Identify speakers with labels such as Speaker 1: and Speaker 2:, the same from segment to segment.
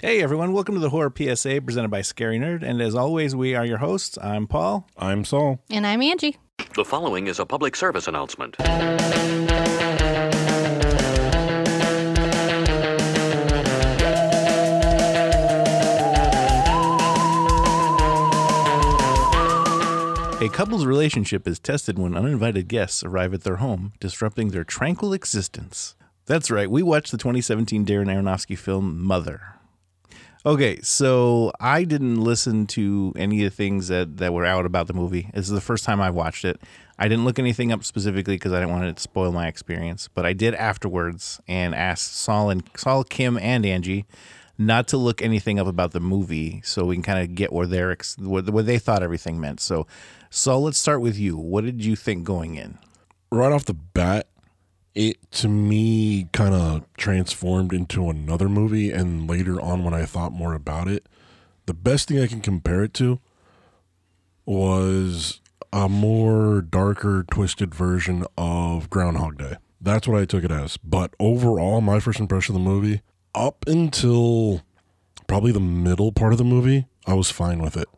Speaker 1: Hey everyone, welcome to the Horror PSA presented by Scary Nerd. And as always, we are your hosts. I'm Paul.
Speaker 2: I'm Saul.
Speaker 3: And I'm Angie.
Speaker 4: The following is a public service announcement.
Speaker 1: A couple's relationship is tested when uninvited guests arrive at their home, disrupting their tranquil existence. That's right, we watched the 2017 Darren Aronofsky film Mother. Okay, so I didn't listen to any of the things that, that were out about the movie. This is the first time I watched it. I didn't look anything up specifically because I didn't want it to spoil my experience, but I did afterwards and asked Saul and Saul, Kim, and Angie not to look anything up about the movie so we can kind of get where their ex- what, what they thought everything meant. So, Saul, let's start with you. What did you think going in?
Speaker 2: Right off the bat, it to me kind of transformed into another movie. And later on, when I thought more about it, the best thing I can compare it to was a more darker, twisted version of Groundhog Day. That's what I took it as. But overall, my first impression of the movie, up until probably the middle part of the movie, I was fine with it.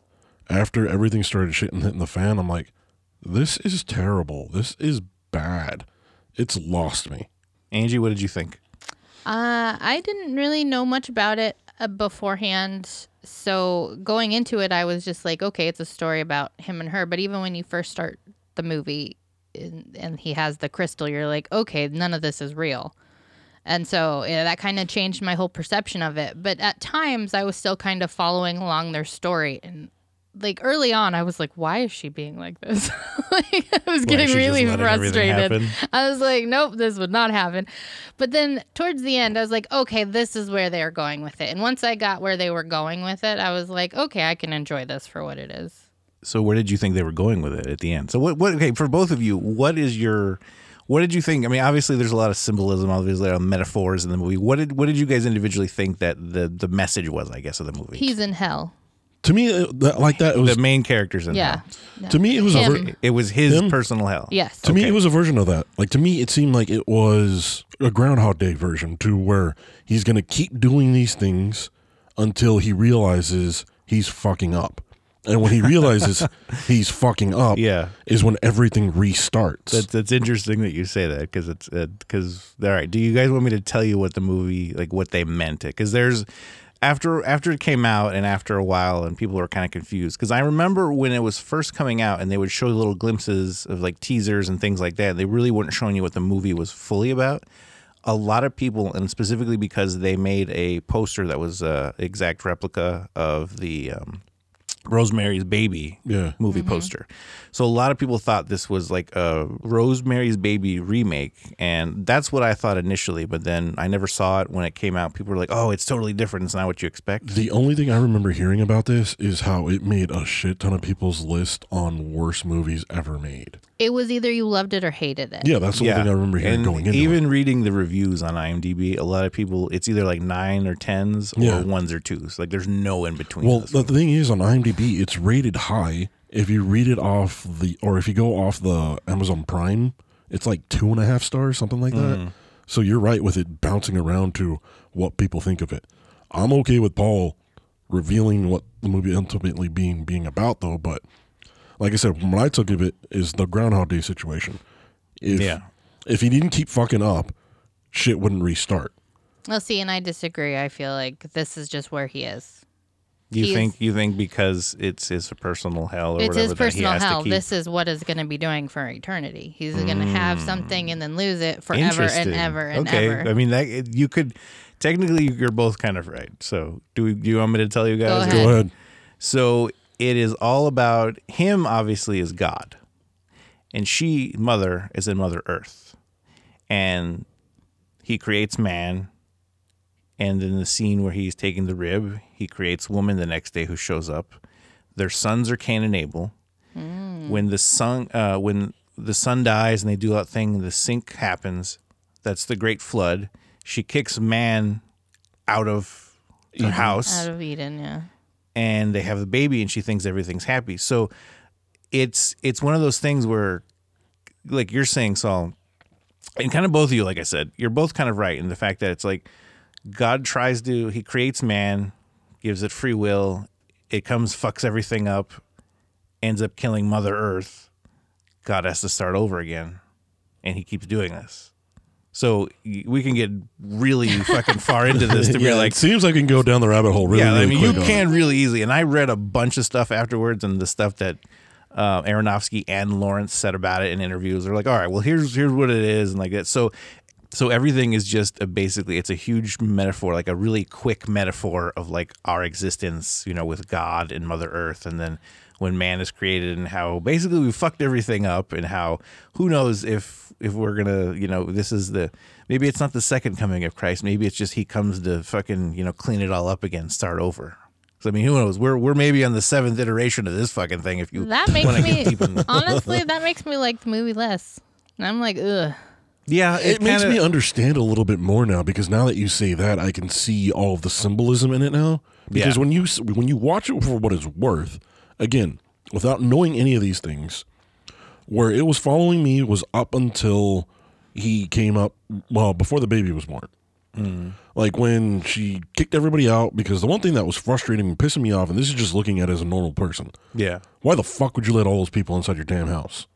Speaker 2: After everything started shitting hitting the fan, I'm like, this is terrible. This is bad. It's lost me.
Speaker 1: Angie, what did you think?
Speaker 3: Uh, I didn't really know much about it uh, beforehand. So going into it, I was just like, okay, it's a story about him and her. But even when you first start the movie and, and he has the crystal, you're like, okay, none of this is real. And so yeah, that kind of changed my whole perception of it. But at times, I was still kind of following along their story. And like early on, I was like, why is she being like this? like, I was getting really frustrated. I was like, nope, this would not happen. But then towards the end, I was like, okay, this is where they are going with it. And once I got where they were going with it, I was like, okay, I can enjoy this for what it is.
Speaker 1: So where did you think they were going with it at the end? So what what okay, for both of you, what is your what did you think? I mean, obviously there's a lot of symbolism, obviously a lot of metaphors in the movie. What did what did you guys individually think that the the message was, I guess, of the movie?
Speaker 3: He's in hell.
Speaker 2: To me, it- that, like that, it was.
Speaker 1: the main characters in
Speaker 3: Yeah. Yeah.
Speaker 2: to me, it was a.
Speaker 3: Him.
Speaker 2: ver-
Speaker 1: there. It was his
Speaker 2: Him?
Speaker 1: personal hell.
Speaker 3: Yes.
Speaker 2: To me, it was a version of that. Like to me, it seemed like it was a Groundhog Day version to where he's gonna keep doing these things until he realizes he's fucking up, and when he realizes he's fucking up,
Speaker 1: Yeah.
Speaker 2: is when everything restarts.
Speaker 1: That's, that's interesting that you say that because it's because all right. Do you guys want me to tell you what the movie like what they meant it? Because there's after after it came out and after a while and people were kind of confused because I remember when it was first coming out and they would show little glimpses of like teasers and things like that. They really weren't showing you what the movie was fully about. A lot of people, and specifically because they made a poster that was a exact replica of the um, Rosemary's Baby
Speaker 2: Yeah.
Speaker 1: movie
Speaker 3: Mm-hmm.
Speaker 1: poster. So a lot of people thought this was like a Rosemary's Baby remake, and that's what I thought initially. But then I never saw it when it came out. People were like, "Oh, it's totally different. It's not what you expect."
Speaker 2: the only thing I remember hearing about this is how it made a shit ton of people's list on worst movies ever made.
Speaker 3: It was either you loved it or hated it.
Speaker 2: Yeah, that's the only thing I remember hearing
Speaker 1: and
Speaker 2: going into it.
Speaker 1: even reading the reviews on IMDb, a lot of people it's either like nine or tens or
Speaker 2: Yeah.
Speaker 1: ones or twos. Like there's no in between.
Speaker 2: Well,
Speaker 1: this.
Speaker 2: the thing is, on IMDb, it's rated high. If you read it off the, or if you go off the Amazon Prime, it's like two and a half stars, something like that.
Speaker 1: Mm.
Speaker 2: So you're right with it bouncing around to what people think of it. I'm okay with Paul revealing what the movie ultimately being being about, though. But like I said, from what I took of it is the Groundhog Day situation. If,
Speaker 1: Yeah.
Speaker 2: If he didn't keep fucking up, shit wouldn't restart.
Speaker 3: Well, see, and I disagree. I feel like this is just where he is.
Speaker 1: you
Speaker 3: he's-
Speaker 1: think you think because it's his personal hell or
Speaker 3: it's
Speaker 1: whatever
Speaker 3: his personal
Speaker 1: that he has
Speaker 3: hell.
Speaker 1: to keep.
Speaker 3: This is what is going to be doing for eternity. He's going to have something and then lose it forever and
Speaker 1: Mm. Interesting.
Speaker 3: ever and
Speaker 1: okay.
Speaker 3: ever.
Speaker 1: I mean, that it- you could technically you're both kind of right. So do we, do you want me to tell you guys?
Speaker 3: ahead.
Speaker 2: Go ahead.
Speaker 1: So it is all about him. Obviously, is God, and she, Mother, is in Mother Earth, and he creates man. And in the scene where he's taking the rib, he creates woman the next day who shows up. Their sons are Cain and Abel when the sun uh, when the sun dies and they do that thing the sink happens that's the great flood she kicks man out of her house
Speaker 3: Out of Eden, yeah.
Speaker 1: and they have the baby and she thinks everything's happy so it's it's one of those things where like you're saying Saul and kind of both of you like I said you're both kind of right in the fact that it's like God tries to, he creates man, gives it free will. It comes, fucks everything up, ends up killing Mother Earth. God has to start over again. And he keeps doing this. So y- we can get really fucking far into this to be
Speaker 2: it
Speaker 1: like,
Speaker 2: seems like we can go down the rabbit hole really,
Speaker 1: yeah, I
Speaker 2: really
Speaker 1: mean,
Speaker 2: quick
Speaker 1: you
Speaker 2: on
Speaker 1: can
Speaker 2: it.
Speaker 1: really easily. And I read a bunch of stuff afterwards, and the stuff that uh, Aronofsky and Lawrence said about it in interviews. They're like, all right, well, here's here's what it is, and like that. So, so everything is just a, basically it's a huge metaphor, like a really quick metaphor of like our existence, you know, with God and Mother Earth, and then when man is created and how basically we fucked everything up and how who knows if if we're gonna you know this is the maybe it's not the second coming of christ maybe it's just he comes to fucking you know clean it all up again start over so i mean who knows we're we're maybe on the seventh iteration of this fucking thing if you
Speaker 3: That makes
Speaker 1: wanna get
Speaker 3: me
Speaker 1: deep in-
Speaker 3: honestly. That makes me like the movie less. And I'm like, ugh.
Speaker 1: yeah
Speaker 2: It makes
Speaker 1: kinda-
Speaker 2: me understand a little bit more now because now that you say that, I can see all of the symbolism in it now. Because
Speaker 1: Yeah.
Speaker 2: when you s- when you watch it for what it's worth, again, without knowing any of these things, where it was following me was up until he came up. Well, before the baby was born.
Speaker 1: Mm.
Speaker 2: Like when she kicked everybody out, because the one thing that was frustrating and pissing me off, and this is just looking at it as a normal person,
Speaker 1: yeah
Speaker 2: why the fuck would you let all those people inside your damn house?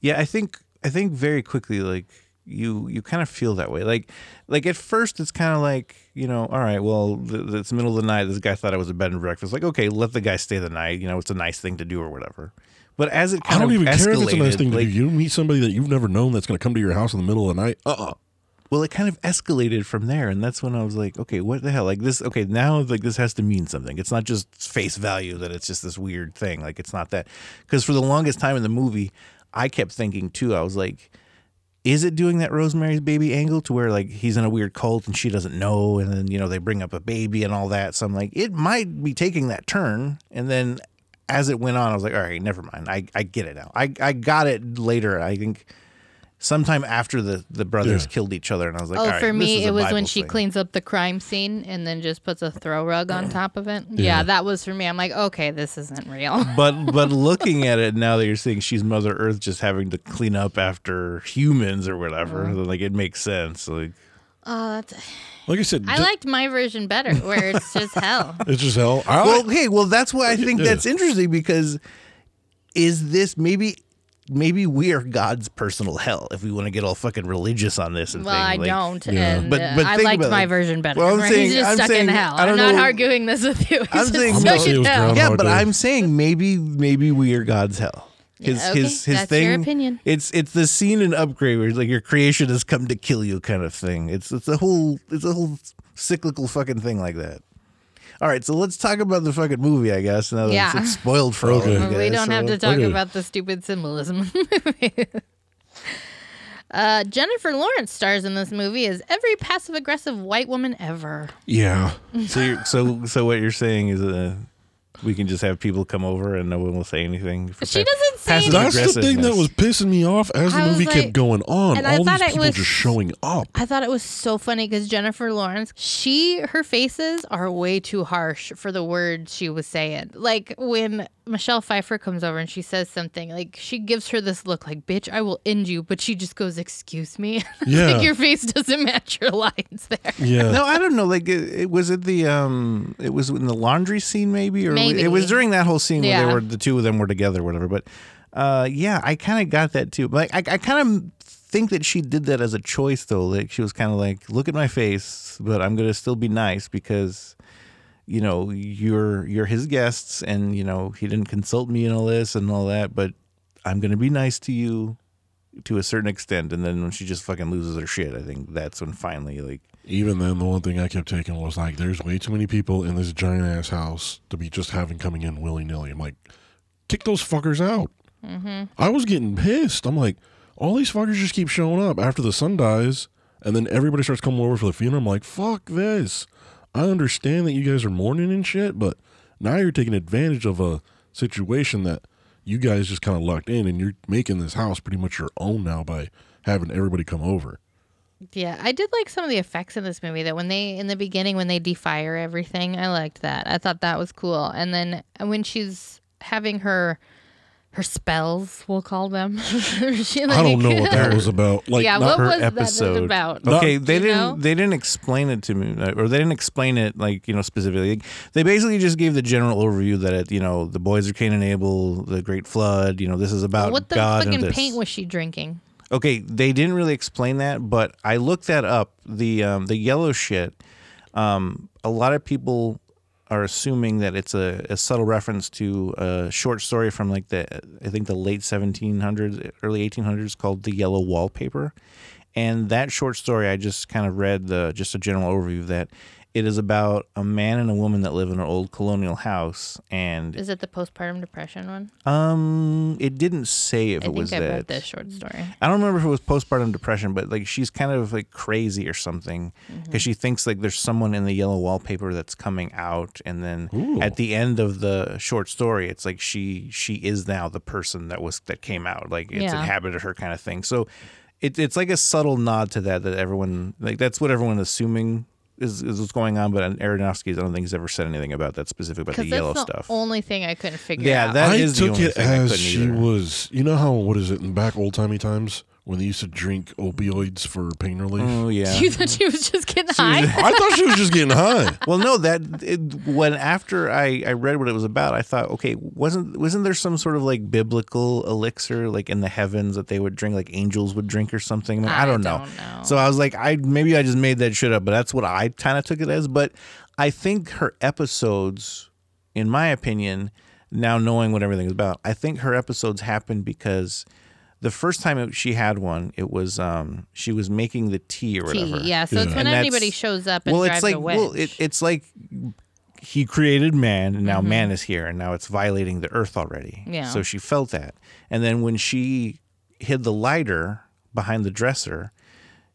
Speaker 1: Yeah, I think I think very quickly like you you kind of feel that way. Like like at first it's kind of like you know all right well th- th- it's the middle of the night this guy thought it was a bed and breakfast like okay let the guy stay the night you know it's a nice thing to do or whatever. But as it
Speaker 2: I
Speaker 1: kind
Speaker 2: don't
Speaker 1: of
Speaker 2: even care if it's a nice
Speaker 1: escalated,
Speaker 2: thing
Speaker 1: like-
Speaker 2: to do. You meet somebody that you've never known that's going to come to your house in the middle of the night. Uh uh
Speaker 1: well it kind of escalated from there and that's when i was like okay what the hell like this okay now like this has to mean something it's not just face value that it's just this weird thing like it's not that because for the longest time in the movie i kept thinking too i was like is it doing that rosemary's baby angle to where like he's in a weird cult and she doesn't know and then you know they bring up a baby and all that so i'm like it might be taking that turn and then as it went on i was like all right never mind i, I get it now I, I got it later i think sometime after the, the brothers
Speaker 2: Yeah.
Speaker 1: killed each other and i was like
Speaker 3: oh,
Speaker 1: all right,
Speaker 3: for
Speaker 1: this
Speaker 3: me,
Speaker 1: is a
Speaker 3: it was
Speaker 1: Bible
Speaker 3: when she
Speaker 1: thing.
Speaker 3: cleans up the crime scene and then just puts a throw rug on top of it. Yeah. that was for me. I'm like, okay, this isn't real.
Speaker 1: but but looking at it now that you're seeing she's mother earth just having to clean up after humans or whatever
Speaker 3: Mm-hmm.
Speaker 1: then, like it makes sense like
Speaker 3: Oh, that's,
Speaker 2: Like I said,
Speaker 3: I
Speaker 2: ju-
Speaker 3: liked my version better, where it's just hell.
Speaker 2: it's just hell. I,
Speaker 1: well, hey, well, that's why I think
Speaker 2: Yeah.
Speaker 1: that's interesting because is this maybe maybe we are God's personal hell if we want to get all fucking religious on this and
Speaker 3: Well,
Speaker 1: thing,
Speaker 3: I
Speaker 1: like-
Speaker 3: don't,
Speaker 2: Yeah.
Speaker 3: and
Speaker 1: But-
Speaker 3: uh,
Speaker 1: but
Speaker 3: I
Speaker 1: think
Speaker 3: liked
Speaker 1: about
Speaker 3: my
Speaker 1: it.
Speaker 3: version better.
Speaker 1: Well, I'm
Speaker 3: where
Speaker 1: saying-
Speaker 3: he's just
Speaker 1: I'm
Speaker 3: stuck
Speaker 1: saying-
Speaker 3: in hell.
Speaker 1: I
Speaker 3: I'm
Speaker 1: don't
Speaker 3: not
Speaker 1: know-
Speaker 3: arguing this with you. He's
Speaker 1: I'm
Speaker 3: just
Speaker 1: saying- I'm
Speaker 3: stuck
Speaker 2: gonna say it
Speaker 3: in
Speaker 2: was
Speaker 3: hell.
Speaker 2: ground-
Speaker 1: Yeah,
Speaker 2: Groundhog
Speaker 1: but
Speaker 2: Day.
Speaker 1: I'm saying maybe maybe we are God's hell. His
Speaker 3: okay,
Speaker 1: his his
Speaker 3: that's
Speaker 1: thing.
Speaker 3: your opinion.
Speaker 1: It's it's the scene in Upgrade where it's like your creation has come to kill you kind of thing. It's it's a whole it's a whole cyclical fucking thing like that. All right, so let's talk about the fucking movie, I guess. Now that it's
Speaker 3: Yeah.
Speaker 1: like, spoiled for all of
Speaker 2: Okay.
Speaker 1: you
Speaker 2: Well,
Speaker 3: we
Speaker 1: guys,
Speaker 3: don't
Speaker 1: so-
Speaker 3: have to talk
Speaker 2: okay.
Speaker 3: about the stupid symbolism. uh, Jennifer Lawrence stars in this movie as every passive aggressive white woman ever.
Speaker 2: yeah.
Speaker 1: So, you're, so, so what you're saying is, uh, we can just have people come over and no one will say anything. For
Speaker 3: She
Speaker 1: pa-
Speaker 3: doesn't say
Speaker 1: passive
Speaker 3: anything.
Speaker 2: That's the thing that
Speaker 1: aggressiveness.
Speaker 2: was pissing me off as the
Speaker 3: I was
Speaker 2: movie kept
Speaker 3: like-
Speaker 2: going on.
Speaker 3: and I
Speaker 2: All
Speaker 3: thought
Speaker 2: these
Speaker 3: it
Speaker 2: people
Speaker 3: was-
Speaker 2: just showing up.
Speaker 3: I thought it was so funny because Jennifer Lawrence, she her faces are way too harsh for the words she was saying. Like when Michelle Pfeiffer comes over and she says something, like she gives her this look, like "bitch, I will end you," but she just goes, "Excuse me."
Speaker 2: Yeah.
Speaker 3: like your face doesn't match your lines there.
Speaker 2: Yeah.
Speaker 1: No, I don't know. Like, it, it was it the um, it was in the laundry scene maybe, or
Speaker 3: Maybe.
Speaker 1: it was during that whole scene where
Speaker 3: Yeah.
Speaker 1: they were the two of them were together, or whatever. But, uh, yeah, I kind of got that too. Like, I, I kind of think that she did that as a choice though. Like, she was kind of like, look at my face, but I'm gonna still be nice because. You know, you're you're his guests, and you know he didn't consult me and all this and all that. But I'm gonna be nice to you, to a certain extent. And then when she just fucking loses her shit, I think that's when finally like
Speaker 2: Even then, the one thing I kept taking was like, there's way too many people in this giant ass house to be just having coming in willy nilly. I'm like, kick those fuckers out. I was getting pissed. I'm like, all these fuckers just keep showing up after the sun dies, and then everybody starts coming over for the funeral. I'm like, fuck this. I understand that you guys are mourning and shit, but now you're taking advantage of a situation that you guys just kind of lucked in, and you're making this house pretty much your own now by having everybody come over.
Speaker 3: Yeah, I did like some of the effects in this movie. That when they in the beginning when they defire uh, everything, I liked that. I thought that was cool. And then when she's having her her spells, we'll call them. She,
Speaker 2: I don't
Speaker 3: like-
Speaker 2: know what that was about. Like,
Speaker 3: yeah,
Speaker 2: not
Speaker 3: what
Speaker 1: her
Speaker 3: was that
Speaker 1: episode.
Speaker 3: about?
Speaker 1: Okay, they
Speaker 3: You
Speaker 1: didn't
Speaker 3: know?
Speaker 1: they didn't explain it to me, uh, or they didn't explain it like you know specifically. They basically just gave the general overview that it, you know the boys of Cain and Abel, the Great Flood. You know this is about
Speaker 3: What the
Speaker 1: God and
Speaker 3: fucking
Speaker 1: this.
Speaker 3: paint was she drinking?
Speaker 1: okay, they didn't really explain that, but I looked that up. The um, the yellow shit. Um, a lot of people are assuming that it's a, a subtle reference to a short story from like the I think the late 1700s, early 1800s called "The Yellow Wallpaper," and that short story I just kind of read the just a general overview of that. It is about a man and a woman that live in an old colonial house, and
Speaker 3: Is it the postpartum depression one?
Speaker 1: um, it didn't say if
Speaker 3: I
Speaker 1: it was
Speaker 3: think I
Speaker 1: that.
Speaker 3: read this short story.
Speaker 1: I don't remember if it was postpartum depression, but like she's kind of like crazy or something because
Speaker 3: Mm-hmm.
Speaker 1: she thinks like there's someone in the yellow wallpaper that's coming out, and then at the end of the short story, it's like she she is now the person that was that came out, like it's
Speaker 3: Yeah.
Speaker 1: inhabited her kind of thing. So it, it's like a subtle nod to that that everyone like that's what everyone assuming. Is, is what's going on, but Aronofsky, I don't think he's ever said anything about that specific about the
Speaker 3: Because
Speaker 1: yellow
Speaker 3: that's the
Speaker 1: stuff.
Speaker 3: only thing I couldn't figure
Speaker 1: Yeah,
Speaker 3: out.
Speaker 1: that-
Speaker 2: I
Speaker 1: is the
Speaker 2: took
Speaker 1: only
Speaker 2: it
Speaker 1: thing I
Speaker 2: as
Speaker 1: couldn't
Speaker 2: she
Speaker 1: either.
Speaker 2: was. You know how what is it in back old timey times when they used to drink opioids for pain relief.
Speaker 1: oh yeah,
Speaker 3: you thought she was just getting high?
Speaker 2: I thought she was just getting high.
Speaker 1: well no that it, when after I, I read what it was about i thought okay wasn't wasn't there some sort of like biblical elixir like in the heavens that they would drink like angels would drink or something i,
Speaker 3: I
Speaker 1: don't,
Speaker 3: don't know.
Speaker 1: so i was like i maybe i just made that shit up but that's what i kind of took it as but i think her episodes in my opinion now knowing what everything is about i think her episodes happened because the first time it, she had one it was um she was making the tea or
Speaker 3: Tea,
Speaker 1: whatever
Speaker 3: Yeah, so
Speaker 2: Yeah.
Speaker 3: it's when
Speaker 1: And that's-
Speaker 3: anybody shows up and
Speaker 1: well,
Speaker 3: drives
Speaker 1: it's like
Speaker 3: a wedge. Mm-hmm.
Speaker 1: well, it, it's like he created man, and now man is here, and now it's violating the earth already.
Speaker 3: Yeah.
Speaker 1: So she felt that, and then when she hid the lighter behind the dresser,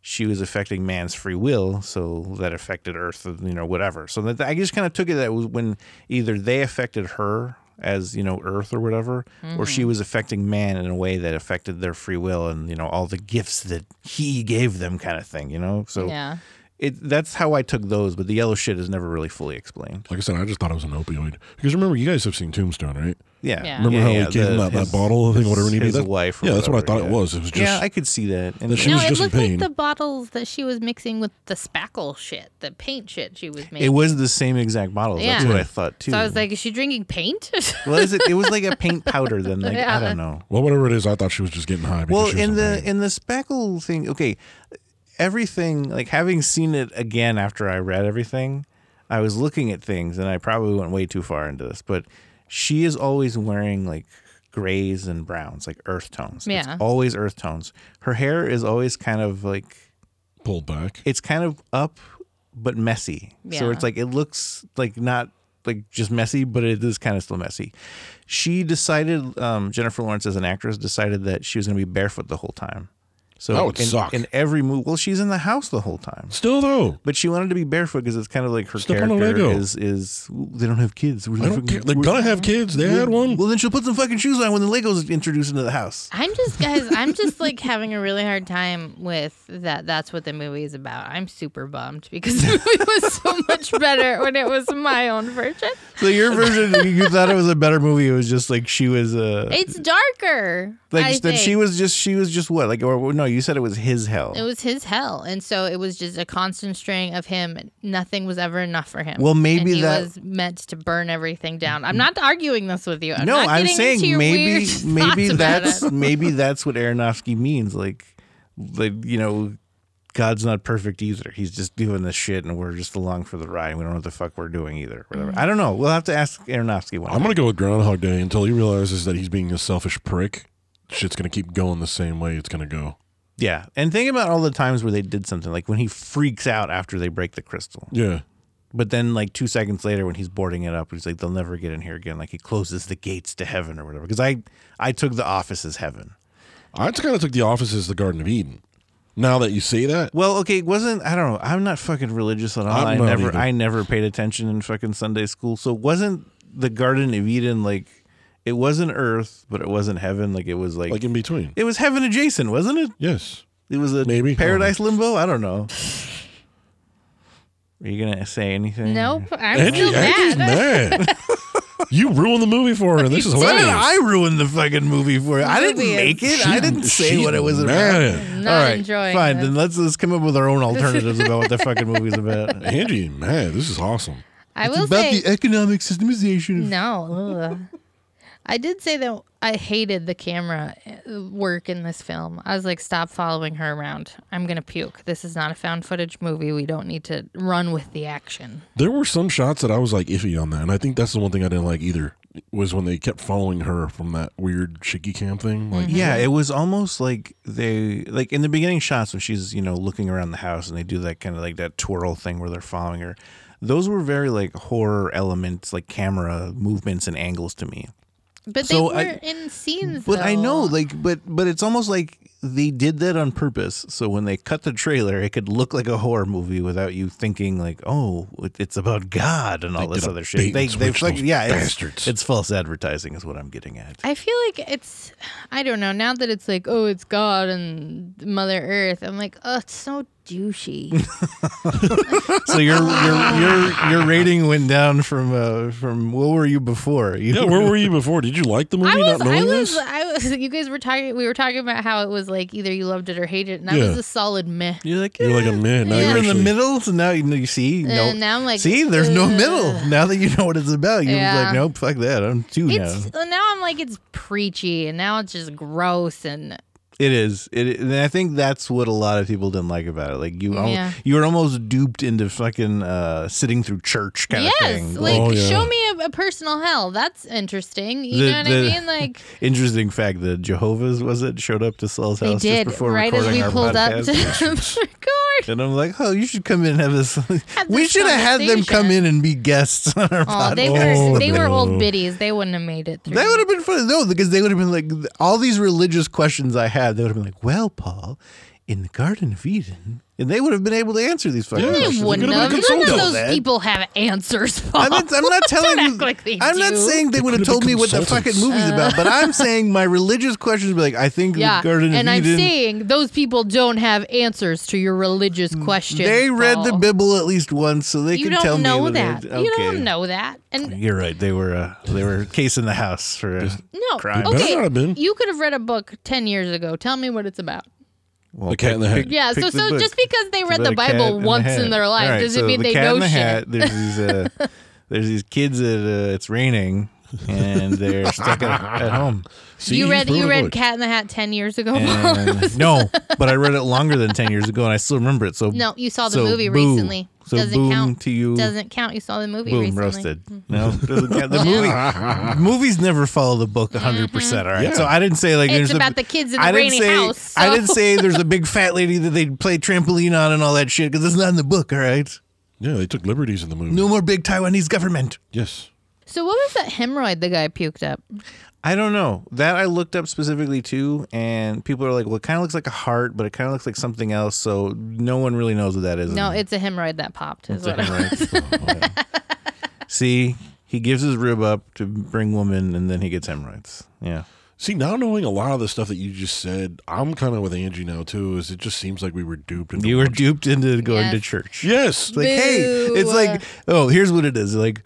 Speaker 1: she was affecting man's free will, so that affected Earth, you know, whatever. So that I just kind of took it that was when either they affected her as you know Earth or whatever, or she
Speaker 3: Mm-hmm.
Speaker 1: was affecting man in a way that affected their free will and you know all the gifts that he gave them, kind of thing, you know. So
Speaker 3: yeah.
Speaker 1: it that's how I took those, but the yellow shit is never really fully explained.
Speaker 2: Like I said, I just thought it was an opioid. Because remember, you guys have seen Tombstone, right?
Speaker 1: Yeah.
Speaker 3: Yeah.
Speaker 2: Remember how he
Speaker 1: yeah,
Speaker 2: gave him
Speaker 1: the-
Speaker 2: that, that
Speaker 1: his-
Speaker 2: bottle thing, whatever
Speaker 1: his-
Speaker 2: he needed?
Speaker 1: his wife or
Speaker 2: yeah, that's what I thought
Speaker 1: whatever,
Speaker 2: it
Speaker 1: yeah.
Speaker 2: was. It was just
Speaker 1: yeah, I could see that. And
Speaker 2: That she
Speaker 1: it-
Speaker 3: No,
Speaker 2: was
Speaker 3: it
Speaker 2: just in
Speaker 3: looked
Speaker 2: pain.
Speaker 3: like the bottles that she was mixing with the spackle shit, the paint shit she was making.
Speaker 1: it was the same exact bottle. That's
Speaker 3: Yeah.
Speaker 1: what I thought too.
Speaker 3: So I was like, is she drinking paint?
Speaker 1: well, is it, it was like a paint powder then. Like I
Speaker 3: Yeah.
Speaker 1: don't know.
Speaker 2: well, whatever it is, I thought she was just getting high. because
Speaker 1: Well,
Speaker 2: she was
Speaker 1: in the
Speaker 2: pain.
Speaker 1: in the speckle thing, okay, everything like having seen it again after I read everything, I was looking at things and I probably went way too far into this, but she is always wearing like grays and browns, like earth tones. It's
Speaker 3: Yeah.
Speaker 1: always earth tones. Her hair is always kind of like
Speaker 2: pulled back.
Speaker 1: it's kind of up but messy. So
Speaker 3: Yeah.
Speaker 1: it's like it looks like not like just messy, but it is kind of still messy. She decided um, Jennifer Lawrence as an actress decided that she was going to be barefoot the whole time. So
Speaker 2: That would
Speaker 1: in,
Speaker 2: suck.
Speaker 1: in every move, well, she's in the house the whole time.
Speaker 2: Still though,
Speaker 1: But she wanted to be barefoot because it's kind of like her
Speaker 2: Step on a
Speaker 1: character
Speaker 2: Lego.
Speaker 1: is is they don't have kids. We're
Speaker 2: I don't care. They're gonna have kids. They had one.
Speaker 1: Well, then she'll put some fucking shoes on when the Legos introduced into the house.
Speaker 3: I'm just guys, I'm just like having a really hard time with that that's what the movie is about. I'm super bummed because the movie was so much better when it was my own version.
Speaker 1: So your version, you thought it was a better movie. It was just like she was a.
Speaker 3: It's darker.
Speaker 1: like
Speaker 3: I
Speaker 1: that she
Speaker 3: think.
Speaker 1: was just she was just what like or no you said it was his hell
Speaker 3: It was his hell, and so it was just a constant string of him. Nothing was ever enough for him.
Speaker 1: Well, maybe
Speaker 3: And he
Speaker 1: that-
Speaker 3: was meant to burn everything down. I'm not arguing this with you. I'm
Speaker 1: no
Speaker 3: not
Speaker 1: i'm
Speaker 3: getting into
Speaker 1: saying
Speaker 3: your
Speaker 1: maybe
Speaker 3: weird
Speaker 1: maybe
Speaker 3: thoughts about
Speaker 1: that's
Speaker 3: it.
Speaker 1: maybe that's what aronofsky means like like you know god's not perfect either he's just doing this shit and we're just along for the ride and we don't know what the fuck we're doing either or
Speaker 3: Mm.
Speaker 1: whatever i don't know we'll have to ask aronofsky one
Speaker 2: I'm
Speaker 1: day.
Speaker 2: gonna go with Groundhog Day until he realizes that he's being a selfish prick. Shit's gonna keep going the same way it's gonna go.
Speaker 1: yeah and think about all the times where they did something like when he freaks out after they break the crystal
Speaker 2: Yeah,
Speaker 1: but then like two seconds later when he's boarding it up he's like they'll never get in here again like he closes the gates to heaven or whatever because i i took the office as heaven
Speaker 2: I kind of took the office as the Garden of Eden. Now that you say that,
Speaker 1: Well, okay, wasn't I don't know. I'm not fucking religious at all.
Speaker 2: I'm
Speaker 1: i
Speaker 2: not
Speaker 1: never
Speaker 2: either.
Speaker 1: I never paid attention in fucking Sunday school. So wasn't the Garden of Eden like it wasn't earth, but it wasn't heaven. Like it was like,
Speaker 2: like in between,
Speaker 1: it was heaven adjacent, wasn't it?
Speaker 2: yes,
Speaker 1: It was a
Speaker 2: Maybe.
Speaker 1: paradise limbo. I don't know. Are you gonna say anything?
Speaker 3: Nope, I'm
Speaker 2: Angie,
Speaker 3: still
Speaker 2: Angie's
Speaker 3: mad.
Speaker 2: mad. You ruined the movie for her. This is
Speaker 1: Why
Speaker 2: hilarious.
Speaker 1: did I ruin the fucking movie for you? I didn't
Speaker 3: Movie is-
Speaker 1: make it. I didn't say
Speaker 2: She's
Speaker 1: what it was about.
Speaker 2: mad.
Speaker 3: Not
Speaker 1: All right,
Speaker 3: enjoying
Speaker 1: fine.
Speaker 3: this.
Speaker 1: Then let's let's come up with our own alternatives about what the fucking movie's about.
Speaker 2: Angie, man, this is awesome.
Speaker 3: I will say
Speaker 1: economic systemization.
Speaker 3: no. ugh. I did say that I hated the camera uh, work in this film. I was like, stop following her around. I'm gonna puke. This is not a found footage movie. We don't need to run with the action.
Speaker 2: There were some shots that I was like iffy on that, and I think that's the one thing I didn't like either was when they kept following her from that weird shaky cam
Speaker 3: Mm.
Speaker 2: thing. Like,
Speaker 1: Yeah, it was almost like they like in the beginning shots when she's you know looking around the house and they do that kind of like that twirl thing where they're following her. Those were very like horror elements, like camera movements and angles to me.
Speaker 3: But
Speaker 1: So
Speaker 3: they
Speaker 1: I-
Speaker 3: were in scenes.
Speaker 1: But I know,
Speaker 3: though.
Speaker 1: like, but but it's almost like they did that on purpose. So when they cut the trailer, it could look like a horror movie without you thinking like, oh, it- it's about God and all
Speaker 2: They
Speaker 1: this
Speaker 2: did a
Speaker 1: other
Speaker 2: bait
Speaker 1: shit.
Speaker 2: and
Speaker 1: They they
Speaker 2: switch,
Speaker 1: fucking
Speaker 2: those
Speaker 1: yeah,
Speaker 2: bastards.
Speaker 1: it's, it's false advertising is what I'm getting at.
Speaker 3: I feel like it's, I don't know. Now that it's like, oh, it's God and Mother Earth, I'm like, oh, it's so douchey.
Speaker 1: So your your your your rating went down from uh, from what were you before? You,
Speaker 2: yeah, where were you before? Did you like the movie?
Speaker 3: I was,
Speaker 2: not knowing
Speaker 3: I was, uh,
Speaker 2: this?
Speaker 3: I was. You guys were talking. We were talking about how it was like either you loved it or hated it, and I
Speaker 2: Yeah.
Speaker 3: was a solid meh.
Speaker 1: You're like
Speaker 2: You're like a man. Now
Speaker 1: You're
Speaker 2: you're
Speaker 1: in the
Speaker 2: actually-
Speaker 1: middle, so now you, know, you see. No,
Speaker 3: And now I'm like,
Speaker 1: see, there's no
Speaker 3: ugh.
Speaker 1: middle. Now that you know what it's about, you're
Speaker 3: Yeah.
Speaker 1: like, nope, fuck that. I'm two now.
Speaker 3: It's uh, now I'm like it's preachy, and now it's just gross, and
Speaker 1: It is. It, and I think that's what a lot of people didn't like about it. Like you, al-
Speaker 3: Yeah.
Speaker 1: you were almost duped into fucking uh, sitting through church kind of
Speaker 3: yes,
Speaker 1: thing.
Speaker 3: like
Speaker 2: Oh, yeah.
Speaker 3: show me a, a personal hell. That's interesting. You
Speaker 1: The-
Speaker 3: know what
Speaker 1: the-
Speaker 3: I mean? Like
Speaker 1: Interesting fact: the Jehovah's was it showed up to Saul's
Speaker 3: they
Speaker 1: house
Speaker 3: did
Speaker 1: just before
Speaker 3: right as
Speaker 1: recording
Speaker 3: we
Speaker 1: our
Speaker 3: pulled up
Speaker 1: podcast.
Speaker 3: to record.
Speaker 1: And I'm like, oh, you should come in and have this. we
Speaker 3: this
Speaker 1: should have had them come in
Speaker 3: conversation.
Speaker 1: and be guests on our
Speaker 3: Oh,
Speaker 1: podcast.
Speaker 3: they were
Speaker 2: Oh,
Speaker 3: they were
Speaker 2: no.
Speaker 3: old biddies. They wouldn't have made it through.
Speaker 1: That would have been fun. No, because they would have been like, all these religious questions I had, they would have been like, well, Paul, in the Garden of Eden. And they would have been able to answer these fucking
Speaker 2: Yeah,
Speaker 1: questions.
Speaker 3: They
Speaker 2: They
Speaker 3: wouldn't
Speaker 2: could've been
Speaker 3: have. None
Speaker 2: consulted.
Speaker 3: of
Speaker 2: Don't
Speaker 3: those
Speaker 1: that.
Speaker 3: people have answers. Paul.
Speaker 1: I'm not, I'm not telling
Speaker 3: act
Speaker 1: you.
Speaker 3: like they
Speaker 1: I'm not
Speaker 3: do. Uh,
Speaker 1: saying they, would have
Speaker 2: could've
Speaker 1: told
Speaker 2: been
Speaker 1: me what the fucking
Speaker 2: consultants.
Speaker 1: movie's about, but I'm saying my religious questions would be like, I think
Speaker 3: yeah,
Speaker 1: the Garden
Speaker 3: and
Speaker 1: of
Speaker 3: I'm
Speaker 1: Eden.
Speaker 3: saying those people don't have answers to your religious questions.
Speaker 1: Mm. they read the
Speaker 3: Paul.
Speaker 1: Bible at least once, so they
Speaker 3: You
Speaker 1: can
Speaker 3: don't
Speaker 1: tell
Speaker 3: know
Speaker 1: me.
Speaker 3: that.
Speaker 1: what it-
Speaker 3: You
Speaker 1: okay.
Speaker 3: don't know that. And
Speaker 1: You're right. They were uh, they were casing the house for uh,
Speaker 3: no,
Speaker 1: crime.
Speaker 2: Better
Speaker 3: okay,
Speaker 2: not have been.
Speaker 3: you could have read a book ten years ago. Tell me what it's about.
Speaker 1: Well,
Speaker 2: The Cat in the Hat.
Speaker 3: Yeah, so
Speaker 1: pick the
Speaker 3: so
Speaker 1: book.
Speaker 3: just because they read
Speaker 1: About
Speaker 3: the
Speaker 1: a cat
Speaker 3: Bible
Speaker 1: and a
Speaker 3: once
Speaker 1: hat.
Speaker 3: in their life
Speaker 1: All right,
Speaker 3: doesn't
Speaker 1: so
Speaker 3: mean
Speaker 1: the
Speaker 3: they
Speaker 1: cat
Speaker 3: know
Speaker 1: in the
Speaker 3: shit.
Speaker 1: Hat, there's these uh, there's these kids that uh, it's raining and they're stuck at, at home.
Speaker 2: See,
Speaker 3: you
Speaker 2: he's
Speaker 3: read
Speaker 2: proven
Speaker 3: you
Speaker 2: it
Speaker 3: read
Speaker 2: would.
Speaker 3: Cat in the Hat ten years ago. Paul?
Speaker 1: And no, but I read it longer than ten years ago and I still remember it. So
Speaker 3: no, you saw the
Speaker 1: so
Speaker 3: movie
Speaker 1: boo.
Speaker 3: recently.
Speaker 1: So
Speaker 3: doesn't
Speaker 1: boom
Speaker 3: count.
Speaker 1: to you.
Speaker 3: Doesn't count. You saw the movie
Speaker 1: boom
Speaker 3: recently. Hmm.
Speaker 1: roasted. No, doesn't count. The movie movies never follow the book 100. percent All right,
Speaker 2: Yeah.
Speaker 1: so I didn't say like
Speaker 3: Mm-hmm. It's
Speaker 1: there's a-
Speaker 3: about the kids in the
Speaker 1: I didn't
Speaker 3: rainy
Speaker 1: say,
Speaker 3: house,
Speaker 1: I
Speaker 3: so-
Speaker 1: didn't say there's a big fat lady that they play trampoline on and all that shit because it's not in the book. All right,
Speaker 2: Yeah, they took liberties in the movie.
Speaker 1: no more big Taiwanese government.
Speaker 2: Yes.
Speaker 3: So what was that hemorrhoid the guy puked up?
Speaker 1: I don't know. That I looked up specifically too, and people are like, well, it kind of looks like a heart, but it kind of looks like something else. So no one really knows what that is.
Speaker 3: No, it's a hemorrhoid that popped. Is
Speaker 1: Hmm. It's a
Speaker 3: what I-
Speaker 1: hemorrhoid. Oh, See, he gives his rib up to bring woman, and then he gets hemorrhoids. Yeah.
Speaker 2: See, now knowing a lot of the stuff that you just said, I'm kind of with Angie now too. Is it just seems like we were duped? Into
Speaker 1: You were duped into going to
Speaker 3: Yes.
Speaker 1: church.
Speaker 2: Yes.
Speaker 1: It's like, hey,
Speaker 3: Boo.
Speaker 1: it's like, oh, here's what it is. Like,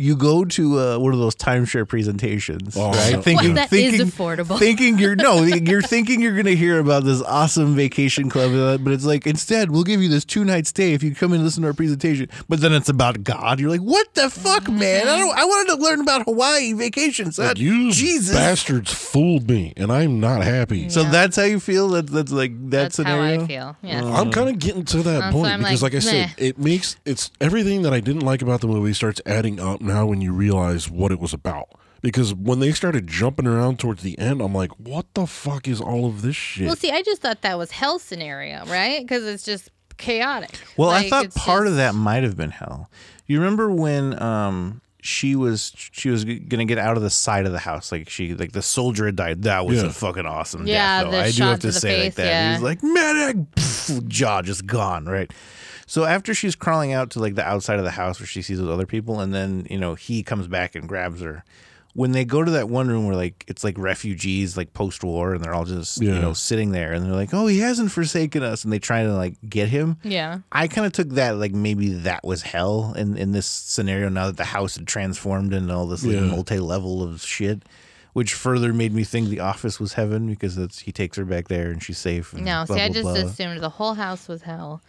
Speaker 1: you go to uh, one of those timeshare presentations,
Speaker 2: Oh,
Speaker 1: right?
Speaker 2: no.
Speaker 1: Thinking,
Speaker 3: Well, that is
Speaker 1: thinking,
Speaker 3: affordable.
Speaker 1: Thinking you're no, you're thinking you're gonna hear about this awesome vacation club, uh, but it's like instead we'll give you this two night stay if you come and listen to our presentation. But then it's about God. You're like, what the fuck,
Speaker 3: Mm-hmm.
Speaker 1: man? I don't. I wanted to learn about Hawaii vacations.
Speaker 2: Like,
Speaker 1: not
Speaker 2: you
Speaker 1: Jesus.
Speaker 2: bastards fooled me, and I'm not happy.
Speaker 1: So that's how you feel. That's that's like that
Speaker 3: That's how I
Speaker 1: scenario. Oh,
Speaker 3: feel. Yes.
Speaker 2: I'm kind of getting to that
Speaker 3: Um, so
Speaker 2: point
Speaker 3: I'm
Speaker 2: because,
Speaker 3: like,
Speaker 2: like, I said,
Speaker 3: meh.
Speaker 2: it makes it's everything that I didn't like about the movie starts adding up now when you realize what it was about. Because when they started jumping around towards the end, I'm like, what the fuck is all of this shit?
Speaker 3: Well, see, I just thought that was hell scenario, right? Because it's just chaotic.
Speaker 1: Well, I
Speaker 3: Like,
Speaker 1: thought
Speaker 3: it's
Speaker 1: part
Speaker 3: just-
Speaker 1: of that might have been hell. You remember when um she was she was g- gonna get out of the side of the house like she like the soldier had died. That was
Speaker 2: Yeah.
Speaker 1: a fucking awesome death.
Speaker 3: Yeah, the
Speaker 1: Though. I do
Speaker 3: shot
Speaker 1: have
Speaker 3: to
Speaker 1: to
Speaker 3: the
Speaker 1: say like
Speaker 3: face,
Speaker 1: that.
Speaker 3: yeah.
Speaker 1: He was like medic, pff, jaw just gone right. So after she's crawling out to like the outside of the house where she sees those other people, and then you know he comes back and grabs her. when they go to that one room where like it's like refugees like post war and they're all just you
Speaker 2: Yeah.
Speaker 1: know sitting there and they're like oh he hasn't forsaken us and they try to like get him
Speaker 3: Yeah.
Speaker 1: I kind of took that like maybe that was hell in in this scenario now that the house had transformed into all this like
Speaker 2: Yeah.
Speaker 1: multi level of shit, which further made me think the office was heaven because that's he takes her back there and she's safe. And
Speaker 3: No,
Speaker 1: blah,
Speaker 3: see, I
Speaker 1: blah,
Speaker 3: just
Speaker 1: blah.
Speaker 3: assumed the whole house was hell,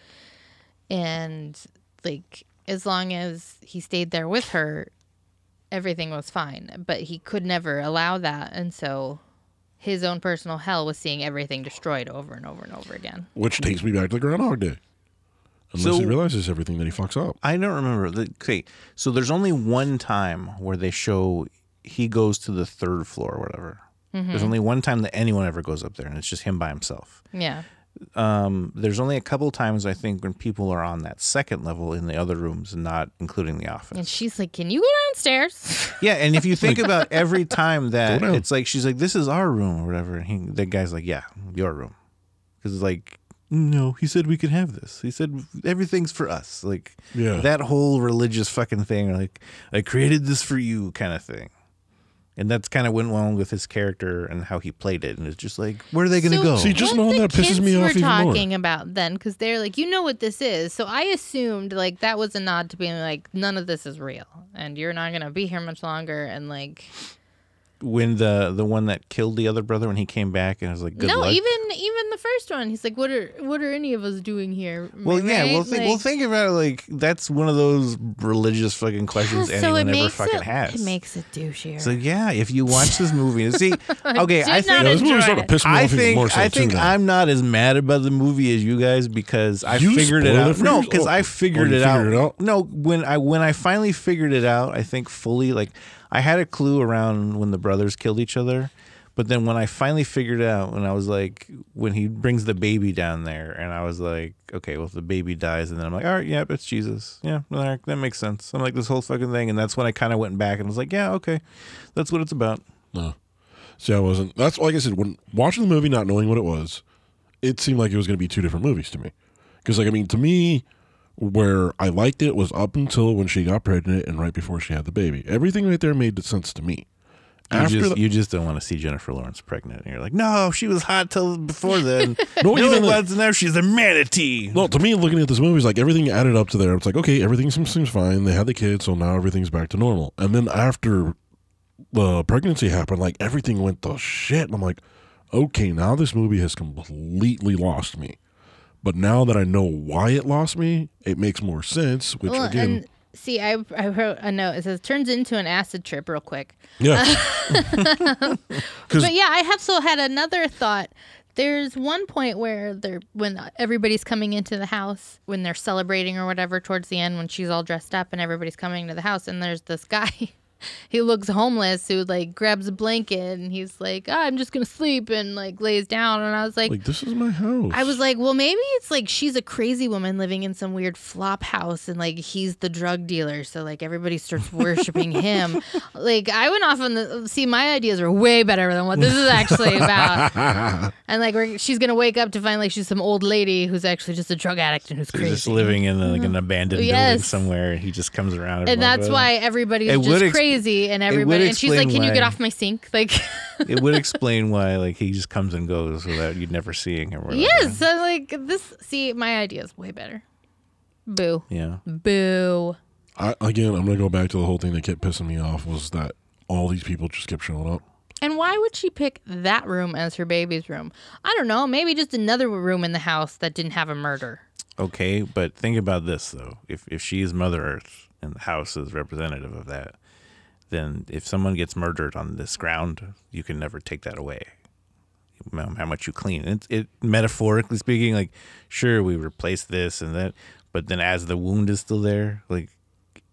Speaker 3: and like as long as he stayed there with her, everything was fine. But he could never allow that, and so his own personal hell was seeing everything destroyed over and over and over again.
Speaker 2: Which takes me back to Groundhog Day. Unless
Speaker 1: So-
Speaker 2: he realizes everything that he fucks up.
Speaker 1: I don't remember. The- Okay, so there's only one time where they show he goes to the third floor or whatever.
Speaker 3: Mm-hmm.
Speaker 1: There's only one time that anyone ever goes up there, and it's just him by himself.
Speaker 3: Yeah,
Speaker 1: Um, there's only a couple times I think when people are on that second level in the other rooms, not including the office.
Speaker 3: and she's like, "Can you go downstairs?"
Speaker 1: Yeah, and if you think about every time that
Speaker 2: Go down.
Speaker 1: it's like she's like, "This is our room" or whatever, and he, the guy's like, "Yeah, your room," because it's like, no, he said we could have this. He said everything's for us. Like,
Speaker 2: Yeah.
Speaker 1: that whole religious fucking thing, like I created this for you, kind of thing. And that's kind of went along with his character and how he played it. And it's just like, where are they going to
Speaker 3: So
Speaker 1: go?
Speaker 2: See, just
Speaker 3: what
Speaker 2: knowing
Speaker 3: the
Speaker 2: that pisses
Speaker 3: kids
Speaker 2: me
Speaker 3: were
Speaker 2: off even more.
Speaker 3: talking about then because they're like, you know what this is. So I assumed like that was a nod to being like, none of this is real, and you're not gonna be here much longer, and like.
Speaker 1: when the the one that killed the other brother when he came back and was like, good
Speaker 3: no,
Speaker 1: luck.
Speaker 3: even even the first one, he's like, "What are what are any of us doing here?"
Speaker 1: Well,
Speaker 3: Right?
Speaker 1: yeah. Well, think, well,
Speaker 3: Like-
Speaker 1: think about it. Like that's one of those religious fucking
Speaker 3: Yeah,
Speaker 1: questions
Speaker 3: so it
Speaker 1: anyone ever
Speaker 3: makes
Speaker 1: fucking
Speaker 3: it,
Speaker 1: has.
Speaker 3: It makes it douchier.
Speaker 1: so yeah, if you watch this movie, see, okay,
Speaker 3: did
Speaker 1: I
Speaker 3: not
Speaker 1: think.
Speaker 2: Yeah, this movie
Speaker 3: Enjoy
Speaker 2: started
Speaker 3: it.
Speaker 2: to piss me
Speaker 1: I
Speaker 2: off even
Speaker 1: think
Speaker 2: more so
Speaker 1: I
Speaker 2: too
Speaker 1: think
Speaker 2: now.
Speaker 1: I'm not as mad about the movie as you guys because I
Speaker 2: You
Speaker 1: figured it
Speaker 2: spoiled
Speaker 1: out.
Speaker 2: it for
Speaker 1: no,
Speaker 2: yourself.
Speaker 1: because I
Speaker 2: Oh,
Speaker 1: figured,
Speaker 2: you
Speaker 1: it, out.
Speaker 2: figured it out?
Speaker 1: No, when I when I finally figured it out, I think fully like I had a clue around when the brothers killed each other, but then when I finally figured it out, when I was like, when he brings the baby down there, and I was like, okay, well if the baby dies, and then I'm like, all right, yep, it's Jesus. Yeah, all right, that makes sense. I'm like this whole fucking thing, and that's when I kind of went back and was like, yeah, okay, that's what it's about.
Speaker 2: No. See, I wasn't. That's like I said. When watching the movie, not knowing what it was, it seemed like it was going to be two different movies to me. Because, like, I mean, to me, where I liked it was up until when she got pregnant and right before she had the baby. Everything right there made sense to me.
Speaker 1: You
Speaker 2: After
Speaker 1: just,
Speaker 2: the-
Speaker 1: you just don't want to see Jennifer Lawrence pregnant. And you're like, no, she was hot till before then. no,
Speaker 2: even
Speaker 1: it
Speaker 2: then-
Speaker 1: was now she's a manatee.
Speaker 2: No, to me, looking at this movie is like everything added up to there. It's like okay, everything seems, seems fine. They had the kid, so now everything's back to normal. And then after the pregnancy happened, like everything went to shit. And I'm like, okay, now this movie has completely lost me. But now that I know why it lost me, it makes more sense. Which
Speaker 3: well,
Speaker 2: again,
Speaker 3: and see, I I wrote a note. It says turns into an acid trip real quick.
Speaker 2: yeah,
Speaker 3: But yeah, I have so had another thought. There's one point where they're when everybody's coming into the house when they're celebrating or whatever towards the end when she's all dressed up and everybody's coming to the house and there's this guy who looks homeless who like grabs a blanket and he's like, oh, "I'm just going to sleep" and like lays down and I was like,
Speaker 2: like this is my house.
Speaker 3: I was like, well, maybe it's like she's a crazy woman living in some weird flop house, and like he's the drug dealer, so like everybody starts worshiping him. Like I went off on the see, my ideas are way better than what this is actually about. and like we're, she's gonna wake up to find like she's some old lady who's actually just a drug addict and who's
Speaker 1: They're
Speaker 3: crazy. Mm-hmm.
Speaker 1: just living in like an abandoned building
Speaker 3: Yes.
Speaker 1: somewhere, and he just comes around.
Speaker 3: and
Speaker 1: everyone's
Speaker 3: that's
Speaker 1: like,
Speaker 3: why everybody's
Speaker 1: It
Speaker 3: just
Speaker 1: would ex-
Speaker 3: crazy, and
Speaker 1: would
Speaker 3: everybody. And she's like,
Speaker 1: explain
Speaker 3: "Can you get
Speaker 1: why-
Speaker 3: off my sink?" Like,
Speaker 1: "Well," it would explain why like he just comes and goes without you never seeing him. Or whatever.
Speaker 3: yes. So like this. See, my idea is way better. Boo,
Speaker 1: Yeah.
Speaker 3: boo.
Speaker 2: I, again, I'm gonna go back to the whole thing that kept pissing me off was that all these people just kept showing up.
Speaker 3: And why would she pick that room as her baby's room? I don't know. Maybe just another room in the house that didn't have a murder.
Speaker 1: Okay, but think about this though: if if she is Mother Earth and the house is representative of that, then if someone gets murdered on this ground, you can never take that away. No matter How much you clean it, it metaphorically speaking, like sure we replace this and that, but then as the wound is still there, like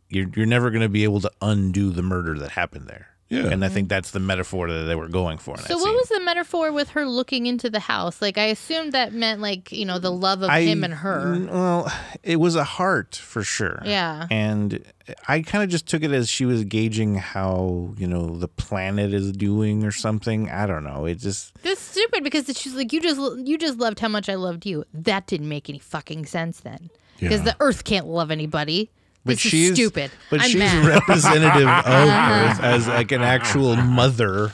Speaker 1: you're you're never going to be able to undo the murder that happened there.
Speaker 2: Yeah.
Speaker 1: and I think that's the metaphor that they were going for. In that
Speaker 3: Mm-hmm. So what
Speaker 1: scene.
Speaker 3: was the metaphor with her looking into the house? Like I assumed that meant like, you know, the love of him and her.
Speaker 1: n- Well, it was a heart for sure.
Speaker 3: Yeah.
Speaker 1: And I kind of just took it as she was gauging how, you know, the planet is doing or something. I don't know. It just,
Speaker 3: That's stupid because she's like you just you just loved how much I loved you. That didn't make any fucking sense then. Because
Speaker 2: Yeah.
Speaker 3: the earth can't love anybody.
Speaker 1: But
Speaker 3: This is
Speaker 1: she's
Speaker 3: stupid.
Speaker 1: But
Speaker 3: I'm
Speaker 1: she's
Speaker 3: mad. Uh-huh.
Speaker 1: representative of Earth as like an actual mother.